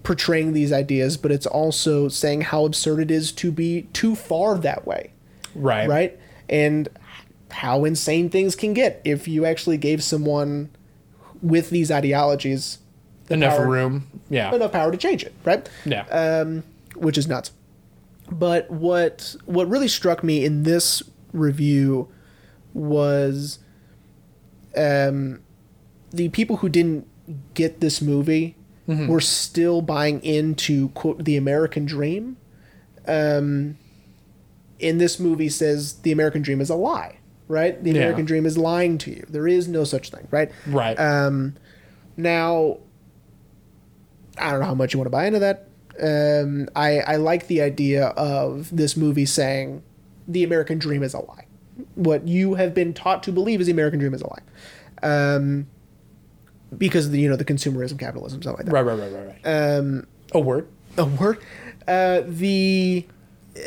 portraying these ideas, but it's also saying how absurd it is to be too far that way,
Right.
right? And how insane things can get if you actually gave someone with these ideologies the
Enough
power-
room. Yeah.
enough Uh, power to change it, right?
Yeah.
which is nuts. But what what really struck me in this review was um, the people who didn't get this movie were still buying into quote the American dream. Um, and this movie says the American dream is a lie, right? The
Yeah.
American dream is lying to you. There is no such thing, right?
right.
um, Now, I don't know how much you want to buy into that. Um, I, I like the idea of this movie saying the American dream is a lie. What you have been taught to believe is the American dream is a lie. Um, because of the, you know, the consumerism, capitalism, stuff like that
right. Right. Right. Right. Right. Um, a word.
a word. Uh, the uh,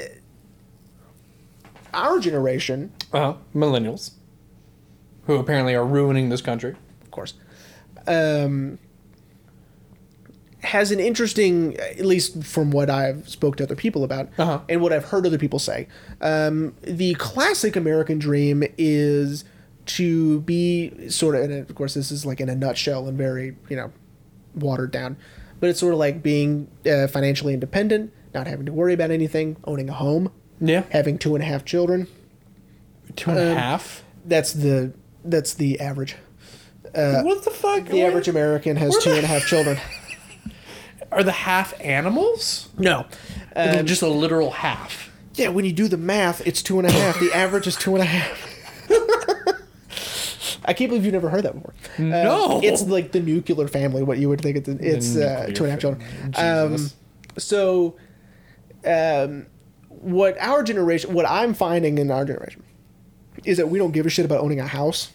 our generation,
Uh huh. Millennials, who apparently are ruining this country.
of course, um, has an interesting, at least from what I've spoke to other people about,
Uh-huh.
and what I've heard other people say. Um, the classic American dream is to be sort of, and of course, this is like in a nutshell and very, you know, watered down, but it's sort of like being uh, financially independent, not having to worry about anything, owning a home,
Yeah.
having two and a half children.
Two and
um,
a half.
That's the that's the average.
what the fuck?
uh, The average American has two and a half children.
Are the half animals?
No. Um,
Or just a literal half.
Yeah, when you do the math, it's two and a half. the average is two and a half. I can't believe you've never heard that before. Uh,
No.
it's like the nuclear family. What you would think it's it's uh,
nuclear
two and a half children.
family.
Um,
Jesus.
so, um, what our generation, what I'm finding in our generation, is that we don't give a shit about owning a house.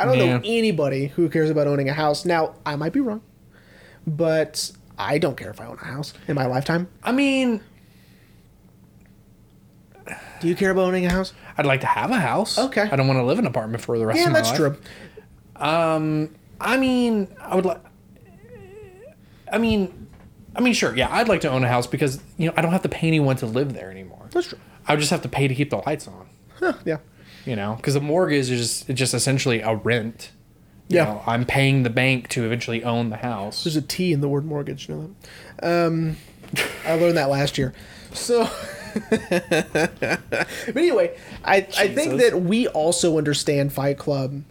I don't
Yeah.
know anybody who cares about owning a house. Now, I might be wrong, but I don't care if I own a house in my lifetime.
I mean,
Do you care about owning a house?
I'd like to have a house.
Okay.
I don't want to live in an apartment for the rest
Yeah,
of my
that's
life.
true.
I mean, I would like. I mean, I mean, sure, yeah, I'd like to own a house because you know I don't have to pay anyone to live there anymore.
That's true.
I would just have to pay to keep the lights on.
Huh, yeah.
you know because a mortgage is just, it's just essentially a rent You
Yeah.
know, I'm paying the bank to eventually own the house.
There's a T in the word mortgage. You know that? Um, I learned that last year. So, but anyway, I, I think
Jesus.
that we also understand Fight Club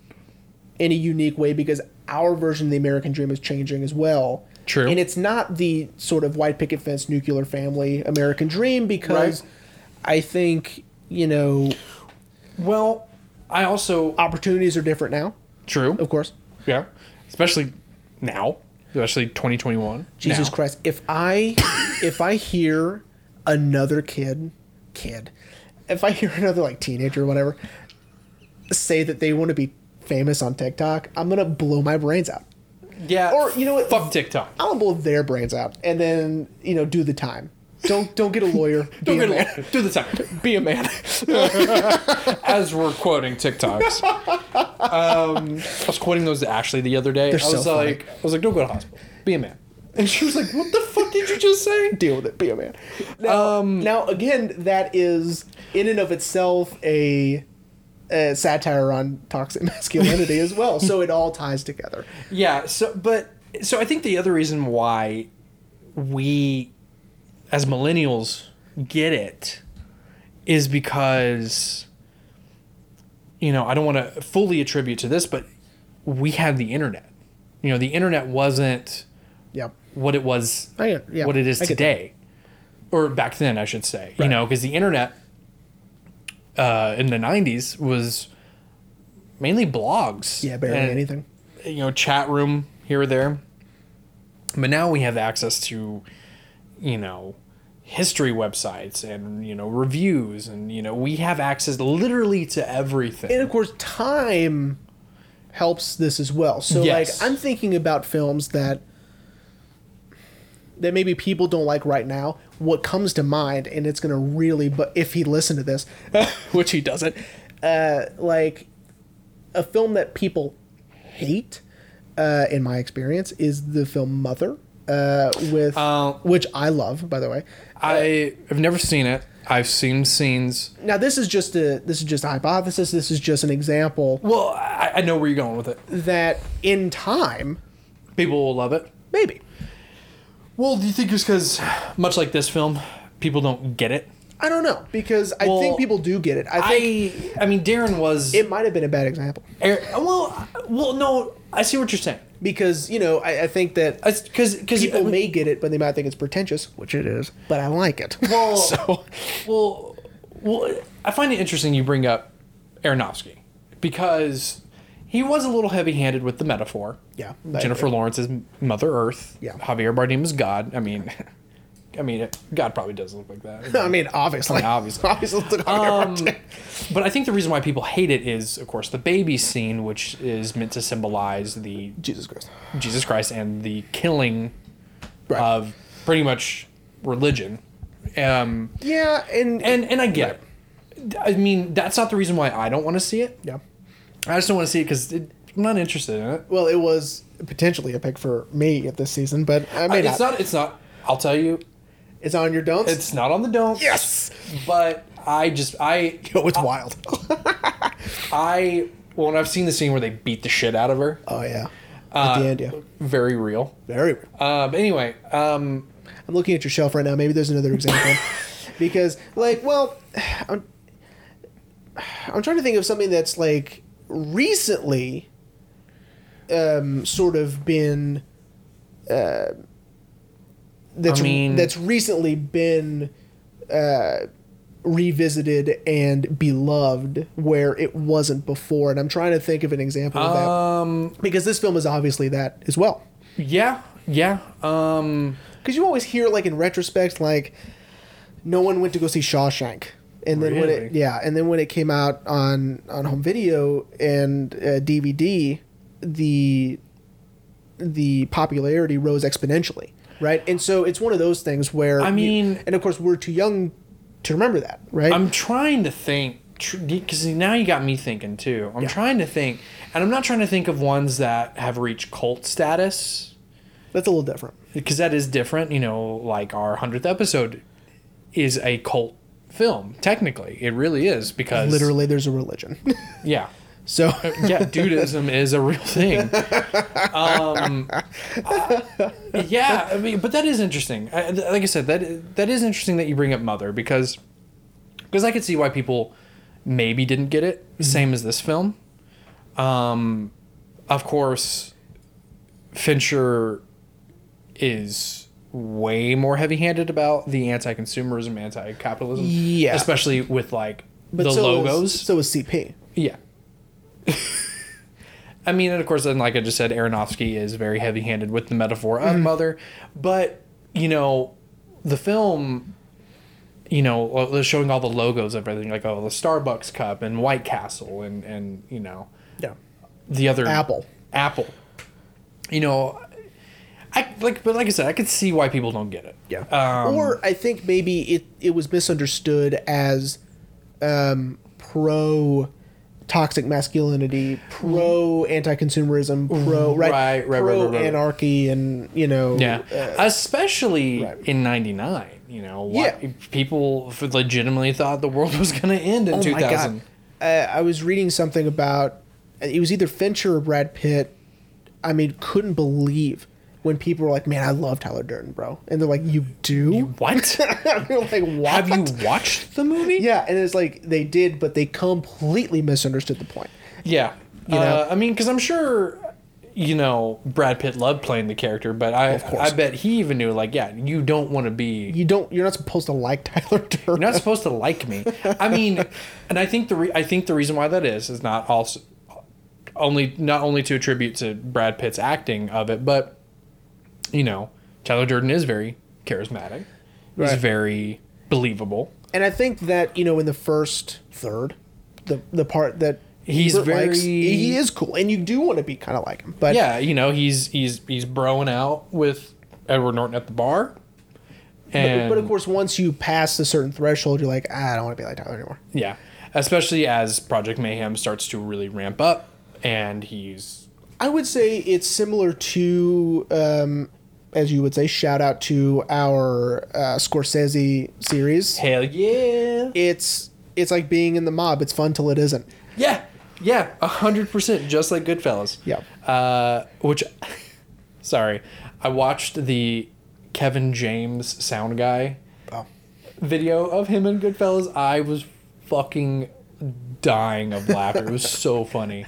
in a unique way because our version of the American dream is changing as well.
True.
And it's not the sort of white picket fence nuclear family American dream because
Right.
I think, you know,
Well, I also
opportunities are different now,
true.
of course.
Yeah, especially now, especially 2021.
Jesus
now.
Christ. If I if I hear another kid kid if I hear another like teenager or whatever say that they want to be famous on TikTok, I'm gonna blow my brains out.
Yeah.
Or, you know what?
Fuck TikTok.
I'm gonna blow their brains out and then, you know, do the time. Don't don't get a lawyer.
Don't
be a
get
man.
along. Do the time. Be a man. As we're quoting TikToks. Um, I was quoting those to Ashley the other day. I
so
was
funny.
like, I was like, don't go to hospital. Be a man. And she was like, what the fuck did you just say?
Deal with it, be a man. Now,
Um, Mm.
now again, that is in and of itself a, a satire on toxic masculinity as well. So it all ties together.
Yeah. So, but so I think the other reason why we, as millennials, get it is because, you know, I don't want to fully attribute to this, but we had the internet. You know, the internet wasn't
Yep.
what it was,
I get- yeah,
what it is
I get
today, or back then, I should say. You
Right.
know, because the internet uh, in the '90s was mainly blogs.
Yeah, barely
and-
anything.
you know chat room here or there but now we have access to you know history websites and you know reviews and you know we have access literally to everything
and of course time helps this as well so
Yes.
like i'm thinking about films that that maybe people don't like right now what comes to mind and it's going to really but if he listened to this which he doesn't uh, like a film that people hate uh, in my experience is the film mother uh, with
Uh,
which i love by the way
i have never seen it i've seen scenes
now this is just a this is just a hypothesis this is just an example
well i, I know where you're going with it
that in time
people will love it
Maybe.
well do you think it's because much like this film people don't get it
I don't know because I
Well,
think people do get it. I think
i i mean darren was
it might have been a bad example
er, well I- well no i see what you're saying
because you know I, I think that
because because
people may get it, but they might think it's pretentious, which it is. But I like it.
Well,
so
well, well, I find it interesting you bring up Aronofsky because he was a little heavy-handed with the metaphor.
yeah,
Jennifer Lawrence is Mother Earth.
Yeah.
Javier Bardem is God. I mean, I mean, God probably does look like that.
I mean, obviously,
Obviously.
obviously. it's not
Um,
gonna work.
but I think the reason why people hate it is, of course, the baby scene, which is meant to symbolize the
Jesus Christ.
Jesus Christ and the killing
Right.
of pretty much religion. Um,
yeah, and,
and and I get it. I mean, that's not the reason why I don't want to see it.
yeah.
I just don't want to see it because I'm not interested in it.
Well, it was potentially a pick for me at this season, but I may
Uh, it's
not.
not. It's not. I'll tell you,
It's on your don'ts.
it's not on the don't.
yes.
But I just I
Oh, it's wild.
I well, when I've seen the scene where they beat the shit out of her,
oh yeah.
uh,
At the end, yeah.
very real.
Very. Weird.
Um. Anyway. Um.
I'm looking at your shelf right now. Maybe there's another example. because, like, well, I'm, I'm trying to think of something that's, like, recently um, sort of been. Uh, that's,
I mean-
that's recently been uh, revisited and beloved where it wasn't before. And I'm trying to think of an example of that.
Um.
Because this film is obviously that as well.
Yeah. Yeah. Um.
Because you always hear, like in retrospect, like no one went to go see Shawshank, and then when it
Really?
yeah, and then when it came out on on home video and uh, DVD, the the popularity rose exponentially, right? And so it's one of those things where
I
you-
mean-
and of course we're too young to remember that, right?
I'm trying to think because now you got me thinking too. I'm
Yeah.
trying to think, and I'm not trying to think of ones that have reached cult status.
That's a little different.
because that is different you know like our 100th episode is a cult film technically it really is because
Literally, there's a religion.
yeah
So
Uh, yeah, dudism is a real thing. Um, uh, yeah, I mean, but that is interesting. I, th- like I said, that that is interesting that you bring up mother because because I could see why people maybe didn't get it.
Mm-hmm.
Same as this film. Um, of course, Fincher is way more heavy-handed about the anti-consumerism, anti-capitalism,
Yeah.
especially with like
but
the
so
logos.
Was, so was CP.
Yeah. I mean, and of course, then like I just said, Aronofsky is very heavy-handed with the metaphor
Mm-hmm.
of mother, but you know, the film, you know, well, they're showing all the logos of everything, like oh, the Starbucks cup and White Castle, and and you know,
Yeah.
the other
Apple.
Apple. You know, I like, but like I said, I could see why people don't get it.
Yeah.
Um,
or I think maybe it, it was misunderstood as um, pro toxic masculinity, pro anti consumerism, pro right,
Mm-hmm. Right, right, right,
pro
right, right.
anarchy, and you know
Yeah,
uh,
especially
right.
in '99. You know, why,
Yeah.
people f- legitimately thought the world was going to end in
Oh my
2000.
God. Uh, I was reading something about it was either Fincher or Brad Pitt. I mean, couldn't believe when people were like, "Man, I love Tyler Durden, bro," and they're like, "You do?"
What?
You're like, "What?"
Have you watched the movie?
Yeah, and it's like they did, but they completely misunderstood the point.
Yeah.
know?
Uh, I mean, because I'm sure, you know, Brad Pitt loved playing the character, but I,
course.
I bet he even knew, like, yeah, you don't want to be
You don't. You're not supposed to like Tyler Durden.
You're not supposed to like me. I mean, and I think the re- I think the reason why that is is not also only not only to attribute to Brad Pitt's acting of it, but you know, Tyler Durden is very charismatic. He's
Right.
very believable.
and I think that you know, in the first third, the the part that
He's
Bert
very-
likes, he is cool, and you do want to be kind of like him. But
Yeah, you know, he's he's he's broing out with Edward Norton at the bar. And
but of course, once you pass a certain threshold, you're like, "Ah, I don't want to be like Tyler anymore.
Yeah, especially as Project Mayhem starts to really ramp up, and he's
I would say it's similar to, um, as you would say, shout out to our uh, Scorsese series.
hell yeah.
It's it's like being in the mob. It's fun till it isn't.
Yeah, yeah, a hundred percent, just like Goodfellas.
Yeah.
Uh, which, sorry, I watched the Kevin James sound guy
Oh.
video of him in Goodfellas. I was fucking dying of laughter. It was so funny.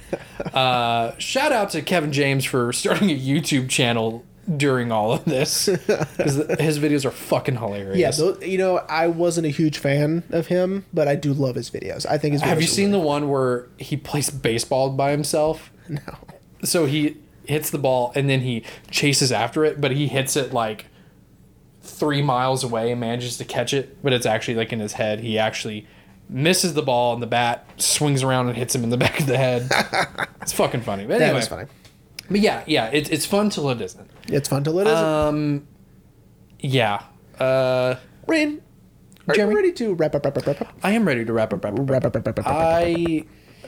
Uh, shout out to Kevin James for starting a YouTube channel during all of this because his videos are fucking hilarious.
Yeah, tho- you know, I wasn't a huge fan of him, but I do love his videos. I think his videos
Have
are
you seen the one where he plays baseball by himself?
really- No.
so he hits the ball and then he chases after it, but he hits it like three miles away and manages to catch it, but it's actually like in his head. He actually misses the ball and the bat swings around and hits him in the back of the head. it's fucking funny. But
That
anyway,
was funny.
but yeah, yeah, it's it's fun till it isn't.
It's fun till it isn't.
Uh, Yeah, uh,
Rain, are
Jeremy?
you ready to wrap up, wrap up, wrap up,
I am ready to wrap up. Wrap up.
wrap up, wrap up, wrap up?
Uh, I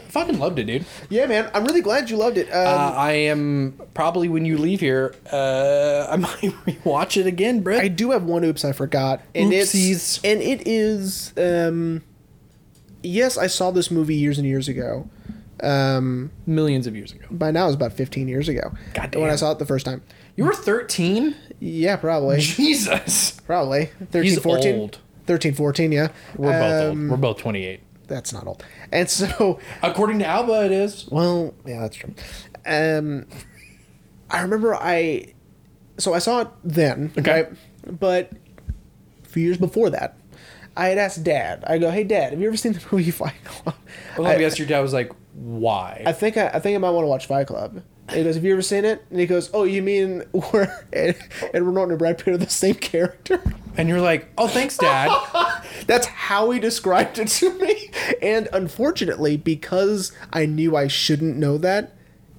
fucking loved it, dude.
yeah, man, I'm really glad you loved it. Um,
Uh, I am probably when you leave here, uh, I might rewatch it again, Brett.
I do have one oops I forgot, and
Oopsies.
it's and it is. Um, yes, I saw this movie years and years ago. Um,
Millions of years ago.
by now it was about 15 years ago.
Goddamn.
When I saw it the first time.
You were 13?
Yeah, probably,
Jesus.
probably 13,
He's
14.
old.
13, 14, yeah.
We're both
Um,
old. We're both 28.
that's not old. And so,
According to Alba, it is.
well, yeah, that's true. Um, I remember I, so I saw it then,
Okay.
right? But a few years before that, I had asked Dad. I go, "Hey, Dad, have you ever seen the movie Fight Club?"
Well, I,
I,
guess your dad was like, why?
I think I, I think I might want to watch Fight Club. And he goes, "Have you ever seen it?" And he goes, "Oh, you mean where Ed- Edward Norton and Brad Pitt are the same character?"
and you're like, oh, thanks, dad.
That's how he described it to me. And unfortunately, because I knew I shouldn't know that,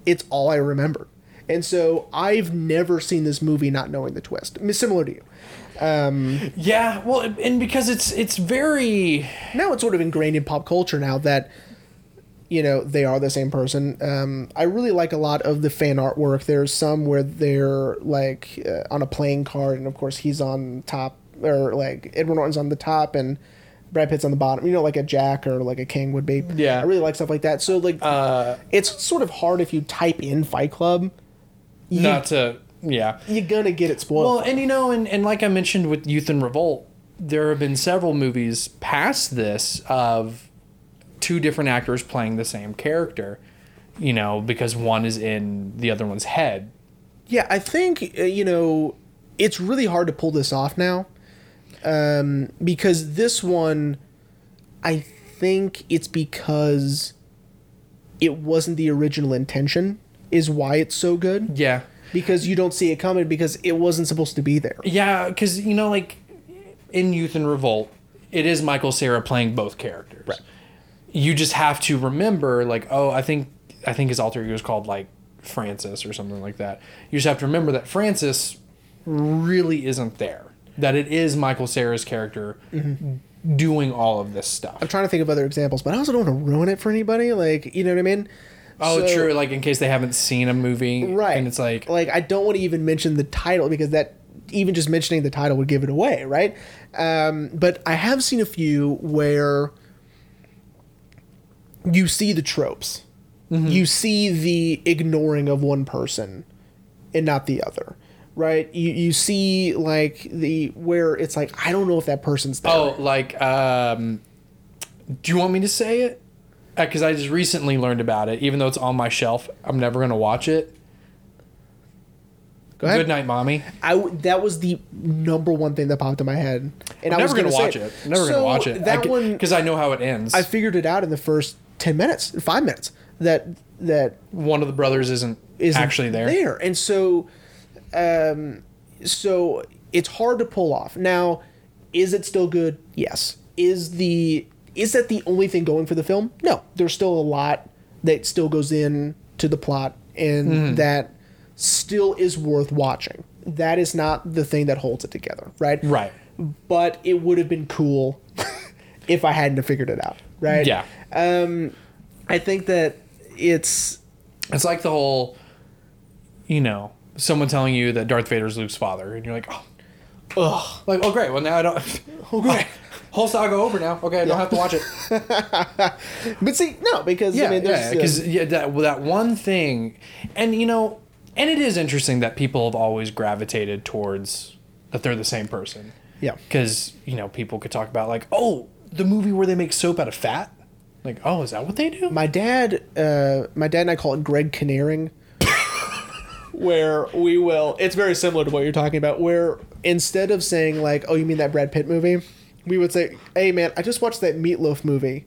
it's all I remember. And so I've never seen this movie not knowing the twist. M- Similar to you.
yeah, well, and because it's it's very.
Now it's sort of ingrained in pop culture now that, you know, they are the same person. Um, I really like a lot of the fan artwork. There's some where they're like uh, on a playing card, and of course he's on top, or like Edward Norton's on the top, and Brad Pitt's on the bottom, you know, like a Jack or like a King would be.
Yeah.
I really like stuff like that. So like, it's sort of hard if you type in Fight Club, you,
not to yeah.
you're gonna get it
Well,
spoiled.
and you know, and, and like I mentioned with Youth and Revolt, there have been several movies past this of two different actors playing the same character, you know, because one is in the other one's head.
yeah, I think uh, you know, it's really hard to pull this off now, um, because this one, I think it's because it wasn't the original intention is why it's so good
Yeah.
because you don't see it coming because it wasn't supposed to be there.
Yeah, because, you know, like in Youth and Revolt, it is Michael Sarah playing both characters. Right. You just have to remember, like, oh, I think I think his alter ego is called like Francis or something like that. You just have to remember that Francis really isn't there. That it is Michael Sarah's character
Mm-hmm.
doing all of this stuff.
I'm trying to think of other examples, but I also don't want to ruin it for anybody. Like, you know what I mean?
Oh,
So-
true. Like in case they haven't seen a movie,
Right.
And it's like,
like I don't want to even mention the title because that even just mentioning the title would give it away, right? Um, but I have seen a few where you see the tropes,
Mm-hmm.
you see the ignoring of one person and not the other. Right, you you see like the where it's like I don't know if that person's there.
oh, like, um, do you want me to say it? Because I just recently learned about it. Even though it's on my shelf, I'm never gonna watch it.
Go ahead.
Good night, mommy.
I w- that was the number one thing that popped in my head, and i was
never gonna,
gonna
watch
say
it. Never
So
gonna watch it.
That one,
because I know how it ends.
I figured it out in the first ten minutes, five minutes that that
One of the brothers isn't,
is
actually there.
There, and so, um, so it's hard to pull off. Now, is it still good? Yes. Is the is that the only thing going for the film? No. There's still a lot that still goes in to the plot, and
Mm-hmm.
that still is worth watching. That is not the thing that holds it together, right?
Right.
But it would have been cool if I hadn't have figured it out, right?
Yeah.
I think that it's
It's like the whole, you know, someone telling you that Darth Vader's Luke's father, and you're like, oh, ugh. Like, oh, great. Well, now I don't. Oh, great. Whole saga over now. Okay, I don't have to watch it.
But see, no, because
yeah,
I mean, there's,
because yeah, that that one thing, and you know, and it is interesting that people have always gravitated towards that they're the same person.
yeah,
because you know people could talk about like oh the movie where they make soap out of fat like oh is that what they do
my dad, uh, my dad and I call it Greg Canaring, where we will. It's very similar to what you're talking about. Where instead of saying like, "Oh, you mean that Brad Pitt movie," we would say, "Hey, man, I just watched that Meatloaf movie."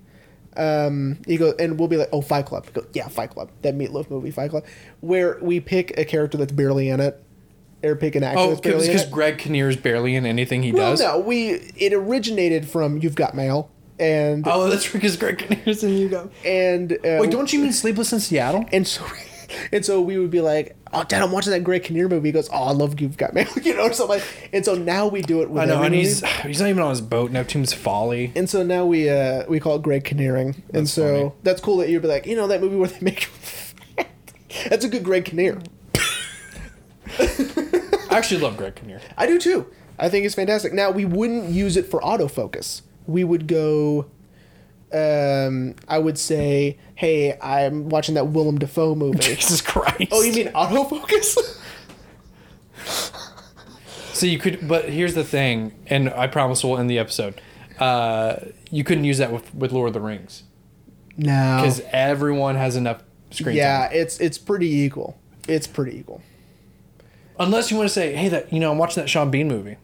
Um, you go, and we'll be like, "Oh, Fight Club." He goes, yeah, Fight Club. That Meatloaf movie, Fight Club, where we pick a character that's barely in it, or pick an actor
oh
that's barely in
because
it.
greg kinnear is barely in anything he
Well,
does
no, we it originated from You've Got Mail, and
oh that's because greg kinnear's in you go
and uh,
wait don't you mean sleepless in seattle
and so and so we would be like, "Oh, Dad, I'm watching that Greg Kinnear movie." He goes, "Oh, I love You've Got Mail," you know, or something. Like, and so now we do it with
i know
every
and
movie.
he's he's not even on his boat neptune's folly
And so now we uh, we call it Greg Kinnearing, and so
funny.
that's cool that you'd be like, you know, that movie where they make. that's a good Greg Kinnear.
i actually love greg kinnear
I do too. I think it's fantastic. Now we wouldn't use it for autofocus. We would go. Um, I would say, "Hey, I'm watching that Willem Dafoe movie."
jesus christ
oh, you mean autofocus?
so you could but here's the thing and i promise we'll end the episode uh you couldn't use that with with lord of the rings
no,
because everyone has enough screen time.
Oh. Yeah, it's it's pretty equal. It's pretty equal.
Unless you want to say, hey, that you know, I'm watching that Sean Bean movie.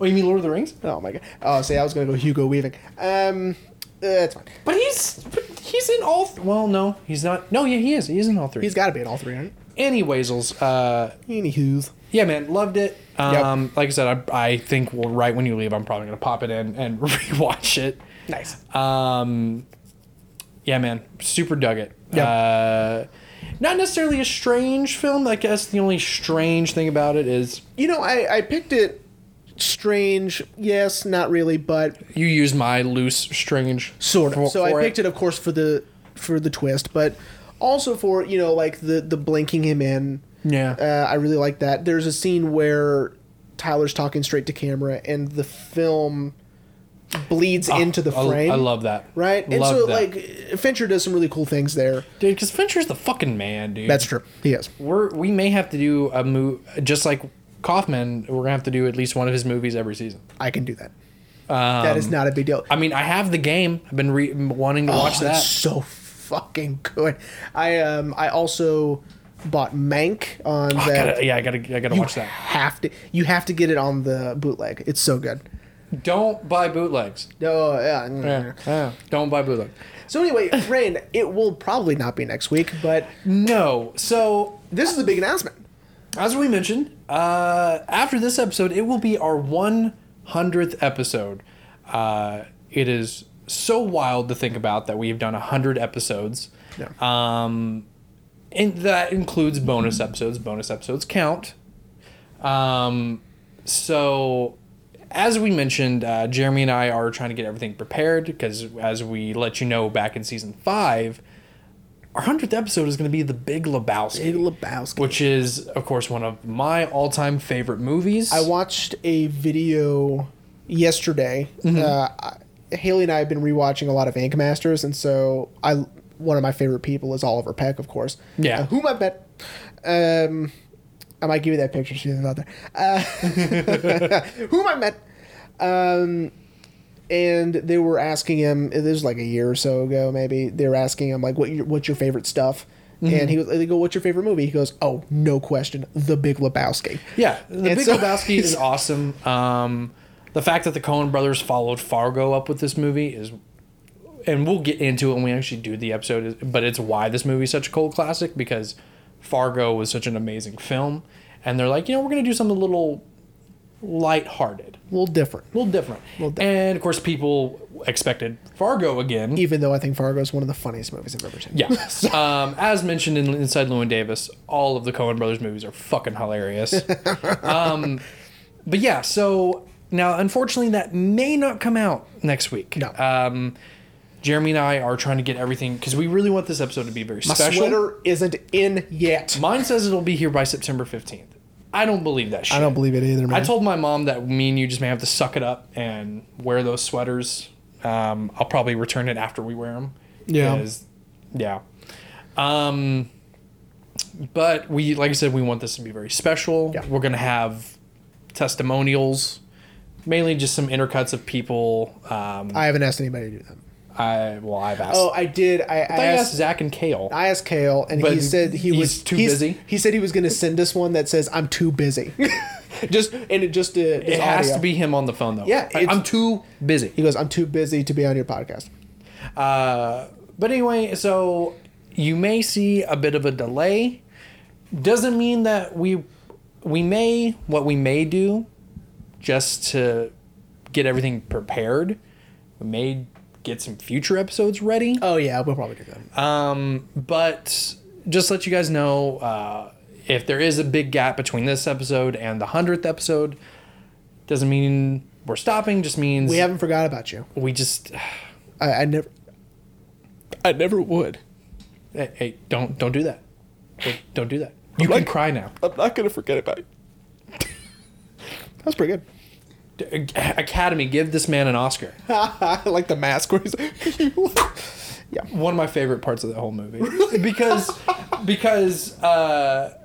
Oh, you mean Lord of the Rings?
Oh my god. Oh, see, I was gonna go Hugo Weaving. Um, that's fine.
But he's but he's in all. Th- well, no, he's not. No, yeah, he is. He is in all three.
He's got to be in all three, right?
Anywaysels, uh,
Anywho's.
yeah, man, loved it. Um, like I said, I, I think well, right when you leave, I'm probably gonna pop it in and rewatch it.
Nice.
Um, yeah, man, super dug it.
Yeah.
Uh, not necessarily a strange film. I guess the only strange thing about it is
You know, I I picked it. Strange, yes, not really, but
you use my loose strange
sort of.
for-
So I
for
picked it, of course, for the for the twist, but also for you know like the the blinking him in.
Yeah.
Uh, I really like that. There's a scene where Tyler's talking straight to camera, and the film bleeds into the
Ah, I-
frame.
I, love that.
right? And
Love
so
that.
like Fincher does some really cool things there.
dude, because Fincher's the fucking man, dude.
That's true. He is.
we're we may have to do a move just like Kaufman. We're gonna have to do at least one of his movies every season.
I can do that. that is not a big deal.
Um, I mean, I have the game. I've been re- wanting to watch
Oh,
that.
That's so fucking good. I um I also bought Mank on
Oh, I
that.
gotta- yeah, I gotta I gotta watch that.
Have to you have to get it on the bootleg. It's so good.
Don't buy bootlegs.
Oh yeah. mm.
Don't buy bootleg.
So anyway, Rain, it will probably not be next week, but
No. So
this is a big announcement.
as we mentioned, uh, after this episode, it will be our 100th episode. Uh, it is so wild to think about that we have done 100 episodes.
Yeah.
and that includes bonus episodes. Bonus episodes count. Um, so, as we mentioned, uh, Jeremy and I are trying to get everything prepared because, as we let you know back in season five, our hundredth episode is going to be the Big Lebowski,
Big Lebowski.
which is, of course, one of my all-time favorite movies.
I watched a video yesterday. Uh, I- Haley and I have been rewatching a lot of Ink Masters, and so I one of my favorite people is Oliver Peck, of course.
Yeah.
Uh, whom I bet. Um, I might give you that picture. She's not there. Uh, whom I met. Um, and they were asking him. This was like a year or so ago, maybe. They were asking him like, "What your, what's your favorite stuff?" And he was. They go, "What's your favorite movie?" He goes, "Oh, no question, The Big Lebowski."
yeah, the
And
Big
so-
Lebowski is awesome. Um, the fact that the Coen Brothers followed Fargo up with this movie is. And we'll get into it when we actually do the episode, is- but it's why this movie is such a cold classic because Fargo was such an amazing film. And they're like, you know, we're going to do something a little lighthearted,
A little different.
a little different.
different.
And of course, people expected Fargo again.
even though I think Fargo is one of the funniest movies I've ever seen.
Yeah. um, as mentioned in Inside Llewyn Davis, all of the Coen Brothers movies are fucking hilarious. um, but yeah, so now unfortunately that may not come out next week.
No.
Um, Jeremy and I are trying to get everything because we really want this episode to be very
My
special.
sweater isn't in yet.
Mine says it'll be here by September fifteenth. I don't believe that shit.
I don't believe it either, man.
I told my mom that me and you just may have to suck it up and wear those sweaters. Um, I'll probably return it after we wear them.
Yeah.
yeah. Um, but we, like I said, we want this to be very special.
Yeah.
We're gonna have testimonials, mainly just some intercuts of people. Um,
I haven't asked anybody to do that.
I well, I've asked.
Oh, I did. I, I
I asked
asked.
Zach and Kale.
I asked Kale, and he
But
said he
he's
was
too
he's-
busy?
He said he was going to send us one that says "I'm too busy," just and it just uh,
it has to be him on the phone though.
Yeah,
I-
it's-
I'm too busy.
He goes, "I'm too busy to be on your podcast."
Uh, but anyway, so you may see a bit of a delay. Doesn't mean that we we may what we may do just to get everything prepared. We may get some future episodes ready.
Oh yeah, we'll probably do that.
Um, but just let you guys know uh, if there is a big gap between this episode and the hundredth episode, doesn't mean we're stopping. Just means
we haven't forgot about you.
we just
I, I never. I never would.
Hey, hey, don't don't do that. Don't, don't do that. You can
like-
cry now.
I'm not going to forget about you. that was pretty good.
D- Academy, give this man an Oscar.
like the mask where he's yeah.
One of my favorite parts of the whole movie because because uh,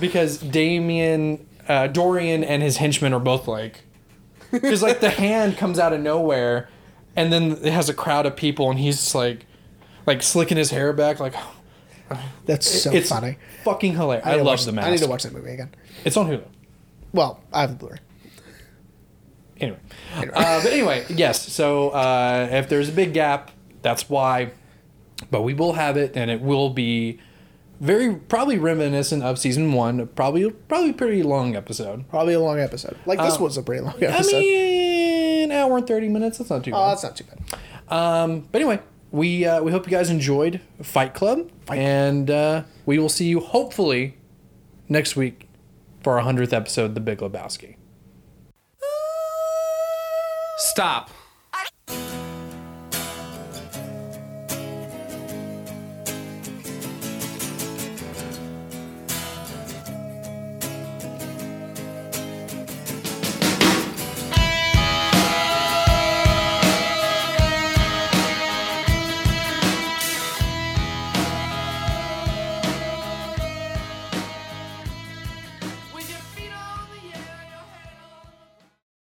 because Damien uh, Dorian and his henchmen are both like because like the hand comes out of nowhere and then it has a crowd of people and he's just like like slicking his hair back like
That's so
it's
funny.
fucking hilarious. I,
need to
love
watch-
the mask.
I need to watch that movie again.
It's on Hulu.
Well, I have the Blu-ray.
anyway. Uh, but anyway, yes. So uh, if there's a big gap, that's why. But we will have it, and it will be very probably reminiscent of season one. Probably probably pretty long episode.
Probably a long episode. Like this
Uh,
was a pretty long episode.
I mean, hour and thirty minutes. That's not too
oh,
bad.
that's not too bad.
Um, but anyway, we uh, we hope you guys enjoyed Fight Club, and uh, we will see you hopefully next week for our hundredth episode, The Big Lebowski. Stop.